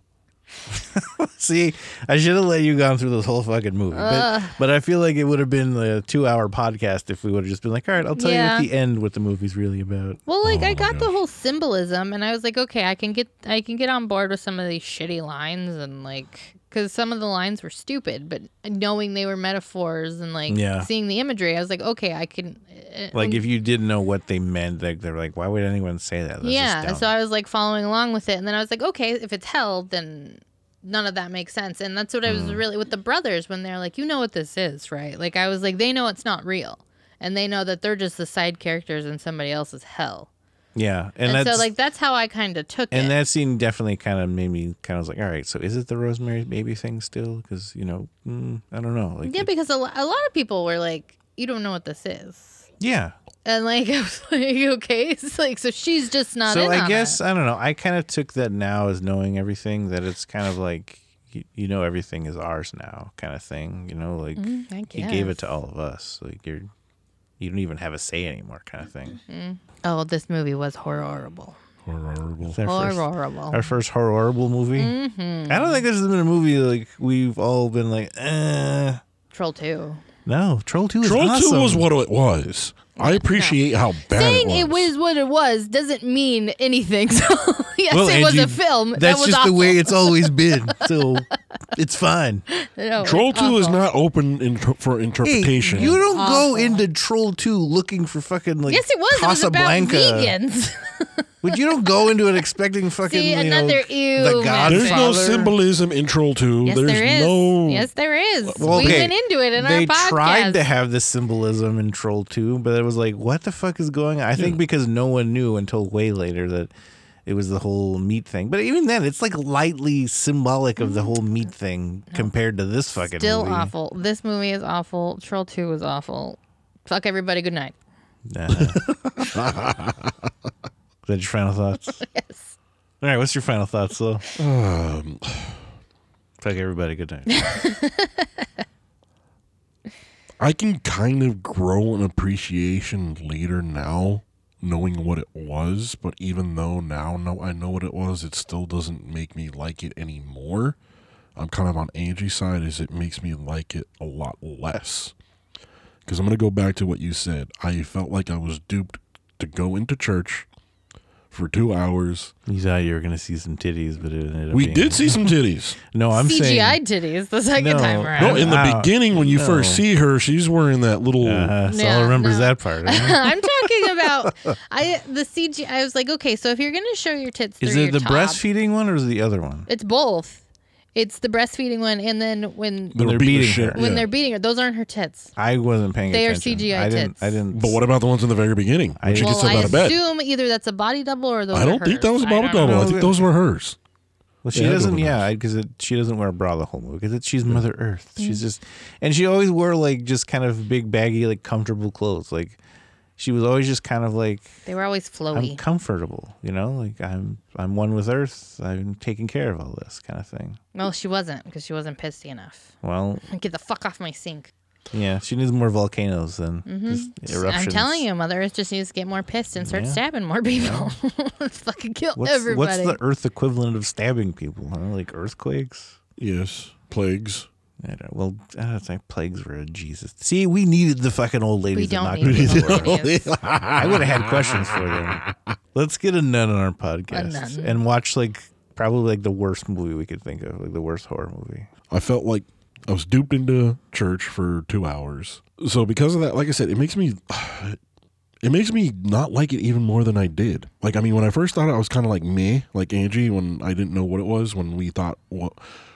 Speaker 1: See, I should have let you gone through this whole fucking movie, but, but I feel like it would have been a two-hour podcast if we would have just been like, all right, I'll tell
Speaker 3: Yeah.
Speaker 1: you at the end what the movie's really about.
Speaker 3: Well, like I got
Speaker 1: Oh,
Speaker 3: the whole symbolism, and I was like, okay, I can get, I can get on board with some of these shitty lines, and like, because some of the lines were stupid, but knowing they were metaphors and like
Speaker 1: Yeah.
Speaker 3: seeing the imagery, I was like, okay, I can. uh,
Speaker 1: Like if you didn't know what they meant, like they're like, why would anyone say that? That's just
Speaker 3: yeah,
Speaker 1: dumb."
Speaker 3: so I was like following along with it, and then I was like, okay, if it's hell, then none of that makes sense, and that's what I was
Speaker 1: Mm.
Speaker 3: really with the brothers when they're like, you know what this is, right? Like I was like, they know it's not real, and they know that they're just the side characters in somebody else's hell,
Speaker 1: yeah, and,
Speaker 3: and,
Speaker 1: that's
Speaker 3: so like that's how I kind of took it.
Speaker 1: and that scene definitely kind of made me kind of was like, all right, so is it the Rosemary's Baby thing still? Because you know, mm, I don't know. Like,
Speaker 3: Yeah, because a, lo- a lot of people were like, "You don't know what this is,"
Speaker 1: yeah.
Speaker 3: and like I was like, "Okay," it's like so she's just Oh, not.
Speaker 1: so
Speaker 3: in
Speaker 1: I
Speaker 3: on
Speaker 1: guess
Speaker 3: it.
Speaker 1: I don't know. I kind of took that now as knowing everything. That it's kind of like you, you know everything is ours now, kind of thing. You know, like
Speaker 3: Mm, I
Speaker 1: he gave
Speaker 3: guess.
Speaker 1: it to all of us. Like you're, you don't even have a say anymore, kind of thing.
Speaker 3: Oh, this movie was horrible.
Speaker 2: Horrible.
Speaker 1: It's our first-
Speaker 3: Horrible.
Speaker 1: our first horrible movie.
Speaker 3: Mm-hmm.
Speaker 1: I don't think this has been a movie like we've all been like, eh.
Speaker 3: Troll two.
Speaker 1: No, Troll Two is
Speaker 2: Troll
Speaker 1: awesome.
Speaker 2: Two was what it was. I appreciate how bad
Speaker 3: Saying
Speaker 2: it was.
Speaker 3: what it was doesn't mean anything. So yes,
Speaker 1: Well,
Speaker 3: it was
Speaker 1: Angie,
Speaker 3: a film.
Speaker 1: That's
Speaker 3: that was
Speaker 1: just
Speaker 3: awful.
Speaker 1: the way it's always been. So it's fine.
Speaker 3: No, it's
Speaker 2: Troll Two is
Speaker 3: awful.
Speaker 2: not open in, for
Speaker 1: Hey,
Speaker 2: interpretation.
Speaker 1: you don't
Speaker 3: Awful.
Speaker 1: go into Troll Two looking for fucking like
Speaker 3: Yes, it was.
Speaker 1: Casablanca.
Speaker 3: It was about vegans.
Speaker 1: But you don't go into it expecting fucking
Speaker 3: See,
Speaker 1: you know,
Speaker 3: another ew,
Speaker 1: the
Speaker 3: Matt.
Speaker 1: Godfather.
Speaker 2: There's no symbolism in Troll Two.
Speaker 3: yes,
Speaker 2: There's
Speaker 3: there is.
Speaker 2: no.
Speaker 3: Yes, there is.
Speaker 1: Well,
Speaker 3: We
Speaker 1: okay,
Speaker 3: went into it in
Speaker 1: they
Speaker 3: our podcast.
Speaker 1: tried to have the symbolism in Troll 2, but it was like, what the fuck is going on? I think because no one knew until way later that it was the whole meat thing. But even then, it's like lightly symbolic of the whole meat thing compared to this fucking
Speaker 3: Still
Speaker 1: movie.
Speaker 3: awful. This movie is awful. Troll 2 was awful. Fuck everybody, good night.
Speaker 1: Nah. Is Uh-huh. that your final thoughts? yes. All right, what's your final thoughts, though?
Speaker 2: Um,
Speaker 1: Fuck everybody, good night.
Speaker 2: I can kind of grow an appreciation later now, knowing what it was. But even though now, no, I know what it was, it still doesn't make me like it anymore. I'm kind of on Angie's side, is it makes me like it a lot less. Because I'm going to go back to what you said. I felt like I was duped to go into church for two hours.
Speaker 1: you thought you were going to see some titties, but it ended up
Speaker 2: We
Speaker 1: being-
Speaker 2: did see some titties.
Speaker 1: No, I'm
Speaker 3: CGI
Speaker 1: saying.
Speaker 3: titties the second
Speaker 1: No.
Speaker 3: time
Speaker 1: No,
Speaker 2: No,
Speaker 3: around.
Speaker 2: in the
Speaker 1: Wow.
Speaker 2: beginning, when you first
Speaker 1: No.
Speaker 2: see her, she's wearing that little.
Speaker 1: Uh, Saul
Speaker 3: Yeah,
Speaker 1: remembers
Speaker 3: no.
Speaker 1: that part. huh?
Speaker 3: I'm talking about I the CGI. I was like, okay, so if you're gonna show your tits,
Speaker 1: Is
Speaker 3: through
Speaker 1: it
Speaker 3: your
Speaker 1: the
Speaker 3: top-
Speaker 1: breastfeeding one or is it the other one?
Speaker 3: It's both. It's the breastfeeding one, and then when
Speaker 2: They were
Speaker 1: They're
Speaker 2: beating the
Speaker 1: beating her.
Speaker 2: shit.
Speaker 3: when
Speaker 2: yeah.
Speaker 3: they're beating her, those aren't her tits.
Speaker 1: I wasn't paying
Speaker 3: They are
Speaker 1: attention.
Speaker 3: CGI
Speaker 1: I didn't.
Speaker 3: tits.
Speaker 1: I didn't.
Speaker 2: But what about the ones in the very beginning when she
Speaker 1: I-
Speaker 2: gets
Speaker 3: Well,
Speaker 2: up
Speaker 3: I
Speaker 2: out of bed?
Speaker 3: assume either that's a body double or those.
Speaker 2: I don't
Speaker 3: are
Speaker 2: think that
Speaker 3: hers.
Speaker 2: was a
Speaker 3: I
Speaker 2: bubble
Speaker 3: don't know.
Speaker 2: double. I
Speaker 1: know.
Speaker 2: think those were hers.
Speaker 1: Well, she
Speaker 2: Yeah, I
Speaker 1: doesn't.
Speaker 2: don't know.
Speaker 1: Yeah, because she doesn't wear a bra the whole movie. Because she's Mother Earth. She's just, and she always wore like just kind of big baggy, like comfortable clothes. Like she was always just kind of like
Speaker 3: They were always
Speaker 1: I'm
Speaker 3: flowy.
Speaker 1: comfortable. You know, like I'm I'm one with Earth. I'm taking care of all this kind of thing.
Speaker 3: Well, she wasn't because she wasn't pissy enough.
Speaker 1: Well,
Speaker 3: Get the fuck off my sink.
Speaker 1: yeah, she needs more volcanoes than just eruptions.
Speaker 3: Mm-hmm. I'm telling you, Mother Earth just needs to get more pissed and start
Speaker 1: Yeah.
Speaker 3: stabbing more people. Let's fucking kill
Speaker 1: What's,
Speaker 3: everybody.
Speaker 1: what's the Earth equivalent of stabbing people? Huh? Like earthquakes.
Speaker 2: Yes, plagues.
Speaker 1: I don't, well, I don't think plagues were a Jesus. See, we needed the fucking old ladies.
Speaker 3: we
Speaker 1: that
Speaker 3: don't
Speaker 1: knocked
Speaker 3: need
Speaker 1: on the door.
Speaker 3: to know what it is.
Speaker 1: I would have had questions for them. Let's get a nun on our
Speaker 3: A
Speaker 1: podcast
Speaker 3: nun.
Speaker 1: and watch like probably like the worst movie we could think of, like the worst horror movie.
Speaker 2: I felt like I was duped into church for two hours. So because of that, like I said, it makes me it makes me not like it even more than I did. Like I mean, when I first thought it, I was kind of like meh, like Angie, when I didn't know what it was. When we thought what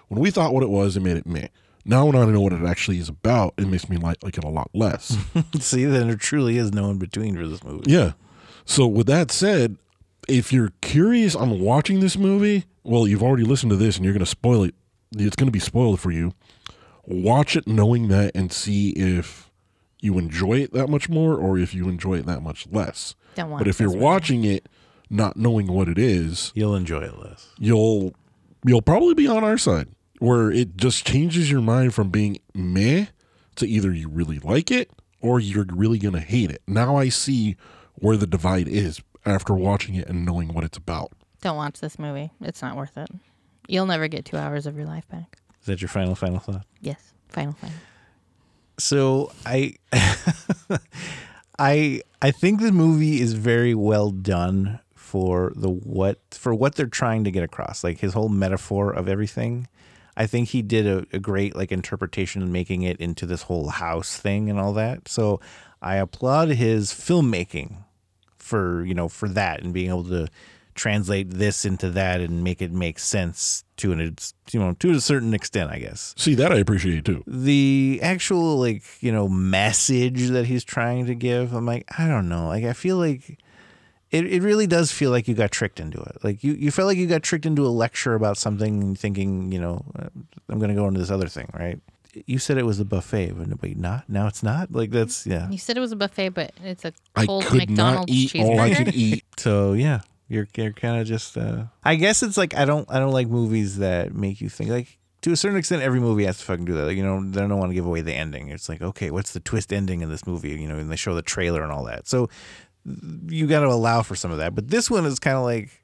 Speaker 2: when we thought what it was, it made it meh. Now when I know what it actually is about, it makes me like like it a lot less.
Speaker 1: See, then there truly is no in between for this movie.
Speaker 2: Yeah. So with that said, if you're curious on watching this movie, well, you've already listened to this and you're going to spoil it. It's going to be spoiled for you. Watch it knowing that and see if you enjoy it that much more or if you enjoy it that much less.
Speaker 3: Don't watch
Speaker 2: But if you're
Speaker 3: this
Speaker 2: watching it not knowing what it is,
Speaker 1: You'll enjoy it less.
Speaker 2: you'll you'll probably be on our side where it just changes your mind from being meh to either you really like it or you're really going to hate it. Now I see where the divide is after watching it and knowing what it's about.
Speaker 3: Don't watch this movie. It's not worth it. You'll never get two hours of your life back.
Speaker 1: Is that your final, final thought?
Speaker 3: Yes. Final final.
Speaker 1: So I, I, I think the movie is very well done for the what for what they're trying to get across. Like his whole metaphor of everything. I think he did a, a great like interpretation in making it into this whole house thing and all that. So I applaud his filmmaking for you know for that and being able to translate this into that and make it make sense to an ex- you know to a certain extent I guess
Speaker 2: See, that I appreciate too.
Speaker 1: the actual like you know message that he's trying to give i'm like i don't know like i feel like it, it really does feel like you got tricked into it like you, you felt like you got tricked into a lecture about something and thinking you know uh, i'm going to go into this other thing right you said it was a buffet but wait not now it's not like that's yeah
Speaker 3: You said it was a buffet, but it's a
Speaker 2: I
Speaker 3: cold
Speaker 2: could not
Speaker 3: McDonald's
Speaker 2: eat
Speaker 3: cheeseburger.
Speaker 2: all I could eat.
Speaker 1: so yeah you're, you're kind of just uh i guess it's like i don't i don't like movies that make you think like to a certain extent every movie has to fucking do that like you know they don't want to give away the ending it's like okay what's the twist ending in this movie you know and they show the trailer and all that so you got to allow for some of that but this one is kind of like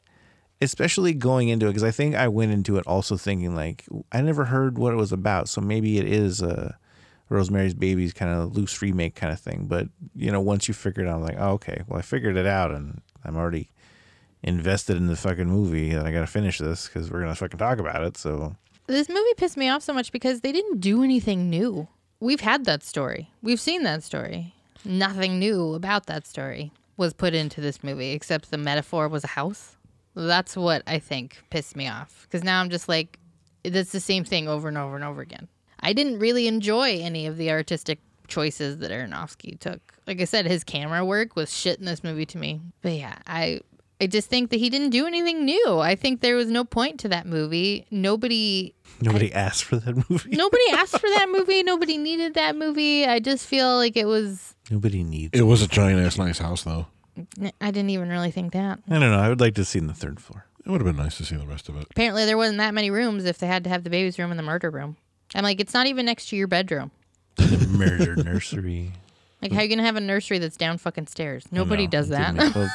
Speaker 1: especially going into it because i think i went into it also thinking like i never heard what it was about so maybe it is a rosemary's baby's kind of loose remake kind of thing but you know once you figure it out i'm like oh, okay well i figured it out and i'm already invested in the fucking movie and I got to finish this because we're going to fucking talk about it. So
Speaker 3: This movie pissed me off so much because they didn't do anything new. We've had that story. We've seen that story. Nothing new about that story was put into this movie except the metaphor was a house. That's what I think pissed me off because now I'm just like, that's the same thing over and over and over again. I didn't really enjoy any of the artistic choices that Aronofsky took. Like I said, his camera work was shit in this movie to me. But yeah, I I just think that he didn't do anything new. I think there was no point to that movie. Nobody
Speaker 1: nobody asked for that movie.
Speaker 3: nobody asked for that movie. Nobody needed that movie. I just feel like it was.
Speaker 1: Nobody needs
Speaker 2: It was a giant ass nice house though.
Speaker 3: I didn't even really think that.
Speaker 1: I don't know. I would like to see in the third floor.
Speaker 2: It would have been nice to see the rest of it.
Speaker 3: Apparently, there wasn't that many rooms if they had to have the baby's room and the murder room. I'm like, it's not even next to your bedroom.
Speaker 1: Murder nursery.
Speaker 3: Like, how you gonna have a nursery that's down fucking stairs? Nobody
Speaker 1: No,
Speaker 3: does that.
Speaker 1: people-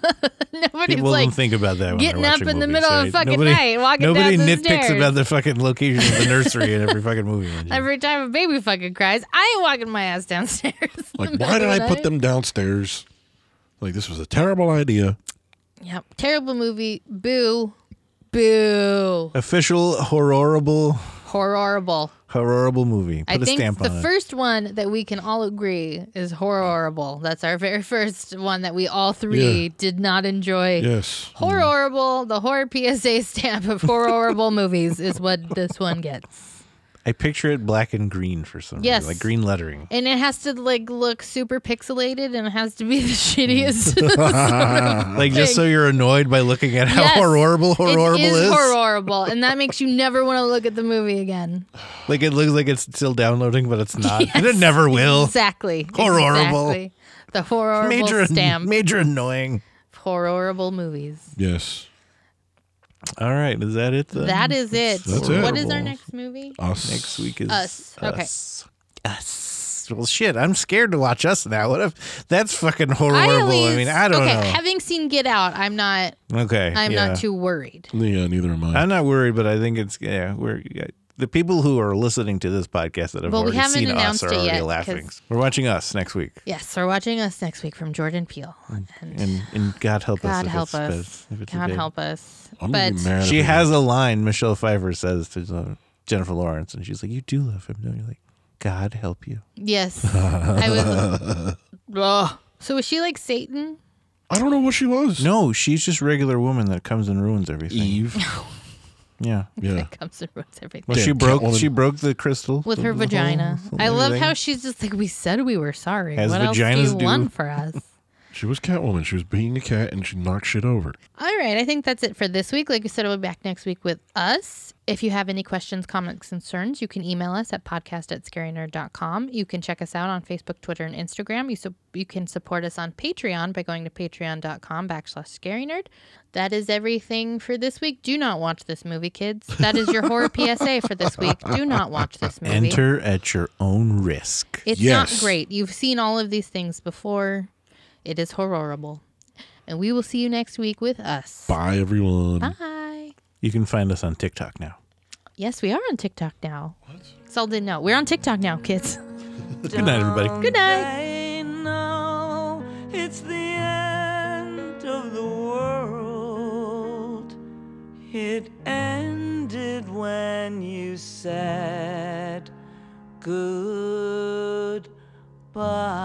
Speaker 3: Nobody's
Speaker 1: People
Speaker 3: like,
Speaker 1: don't think about that. When
Speaker 3: getting
Speaker 1: they're
Speaker 3: up
Speaker 1: watching
Speaker 3: in the
Speaker 1: movies,
Speaker 3: middle of
Speaker 1: right?
Speaker 3: the fucking
Speaker 1: nobody,
Speaker 3: night, walking
Speaker 1: Nobody
Speaker 3: down the
Speaker 1: nitpicks
Speaker 3: stairs.
Speaker 1: about the fucking location of the nursery in every fucking movie. Angie.
Speaker 3: every time a baby fucking cries, I ain't walking my ass downstairs. in the
Speaker 2: Like,
Speaker 3: middle
Speaker 2: why did
Speaker 3: of
Speaker 2: I
Speaker 3: the
Speaker 2: put
Speaker 3: night.
Speaker 2: them downstairs? Like, this was a terrible idea.
Speaker 3: Yep, terrible movie. Boo, boo,
Speaker 1: Official horrible,
Speaker 3: horrible.
Speaker 1: horrible movie. Put
Speaker 3: I
Speaker 1: a
Speaker 3: think
Speaker 1: stamp
Speaker 3: the
Speaker 1: on it.
Speaker 3: first one that we can all agree is horrible. That's our very first one that we all three
Speaker 2: Yeah.
Speaker 3: did not enjoy.
Speaker 2: Yes.
Speaker 3: Horrible, the horror PSA stamp of horrible movies is what this one gets.
Speaker 1: I picture it black and green for some
Speaker 3: Yes.
Speaker 1: reason, like green lettering.
Speaker 3: And it has to like look super pixelated and it has to be the
Speaker 1: Mm.
Speaker 3: shittiest. sort of
Speaker 1: Like just
Speaker 3: thing.
Speaker 1: so you're annoyed by looking at how
Speaker 3: Yes.
Speaker 1: horrible horrible
Speaker 3: it is,
Speaker 1: is.
Speaker 3: horrible, and that makes you never want to look at the movie again.
Speaker 1: Like it looks like it's still downloading, but it's not. And it
Speaker 3: Yes.
Speaker 1: never will.
Speaker 3: Exactly.
Speaker 1: Horrible.
Speaker 3: Exactly. The horrible
Speaker 1: Major,
Speaker 3: stamp.
Speaker 1: major annoying.
Speaker 3: horrible movies.
Speaker 2: Yes.
Speaker 1: All right, is that it? Then?
Speaker 3: That is it.
Speaker 2: That's it.
Speaker 3: What is our
Speaker 1: horrible.
Speaker 3: next movie?
Speaker 2: Us.
Speaker 1: next week is
Speaker 3: Us. Okay.
Speaker 1: Us. Us. Well, shit, I'm scared to watch us now. What if that's fucking
Speaker 3: at
Speaker 1: horrible? I, mean,
Speaker 3: least-
Speaker 1: I don't
Speaker 3: okay,
Speaker 1: know.
Speaker 3: Having seen Get Out, I'm not.
Speaker 1: okay,
Speaker 3: I'm
Speaker 1: yeah.
Speaker 3: not too worried.
Speaker 2: Yeah, neither am I.
Speaker 1: I'm not worried, but I think it's yeah. We're yeah, the people who are listening to this podcast that have
Speaker 3: Well, we
Speaker 1: already
Speaker 3: haven't
Speaker 1: seen us
Speaker 3: announced
Speaker 1: are
Speaker 3: it
Speaker 1: already
Speaker 3: yet, 'cause-
Speaker 1: laughing. We're watching Us next week,
Speaker 3: Yes, we're watching us next week from Jordan Peele, and,
Speaker 1: and and God help us.
Speaker 3: God
Speaker 1: if
Speaker 3: help
Speaker 1: it's-
Speaker 3: us,
Speaker 1: if it's a
Speaker 3: God
Speaker 1: big-
Speaker 3: help us.
Speaker 2: I'm gonna
Speaker 3: but
Speaker 2: be mad.
Speaker 1: She
Speaker 2: if it-
Speaker 1: has a line Michelle Pfeiffer says to uh, Jennifer Lawrence, and she's like, "You do love him, don't you?" Like, God help you.
Speaker 3: Yes. I was. Ugh. So was she like Satan?
Speaker 2: I don't know what she was.
Speaker 1: No, she's just regular woman that comes and ruins everything.
Speaker 2: Eve.
Speaker 1: Yeah.
Speaker 2: yeah.
Speaker 3: That comes and ruins everything.
Speaker 1: Well,
Speaker 2: Damn
Speaker 1: she broke.
Speaker 2: Catwoman.
Speaker 1: She broke the crystal
Speaker 3: With her vagina. I love how she's just like, we said we were sorry.
Speaker 1: As
Speaker 3: what else do
Speaker 1: vaginas
Speaker 3: you
Speaker 1: do."
Speaker 3: want for us?
Speaker 2: She was Catwoman. She was being a cat and she knocked shit over.
Speaker 3: All right, I think that's it for this week. Like I said, we'll be back next week with us. If you have any questions, comments, concerns, you can email us at podcast at scarynerd.com. You can check us out on Facebook, Twitter, and Instagram. You, su- you can support us on Patreon by going to patreon.com backslash scarynerd. That is everything for this week. Do not watch this movie, kids. That is your horror PSA for this week. Do not watch this movie.
Speaker 1: Enter at your own risk.
Speaker 3: It's
Speaker 2: Yes.
Speaker 3: not great. You've seen all of these things before. It is horrible. And we will see you next week with us.
Speaker 2: Bye, everyone.
Speaker 3: Bye.
Speaker 1: You can find us on TikTok now.
Speaker 3: Yes, we are on TikTok now. What? Saul didn't know. We're on TikTok now, kids.
Speaker 1: Good night, everybody.
Speaker 3: Good night.
Speaker 5: They know it's the end of the world. It ended when you said goodbye.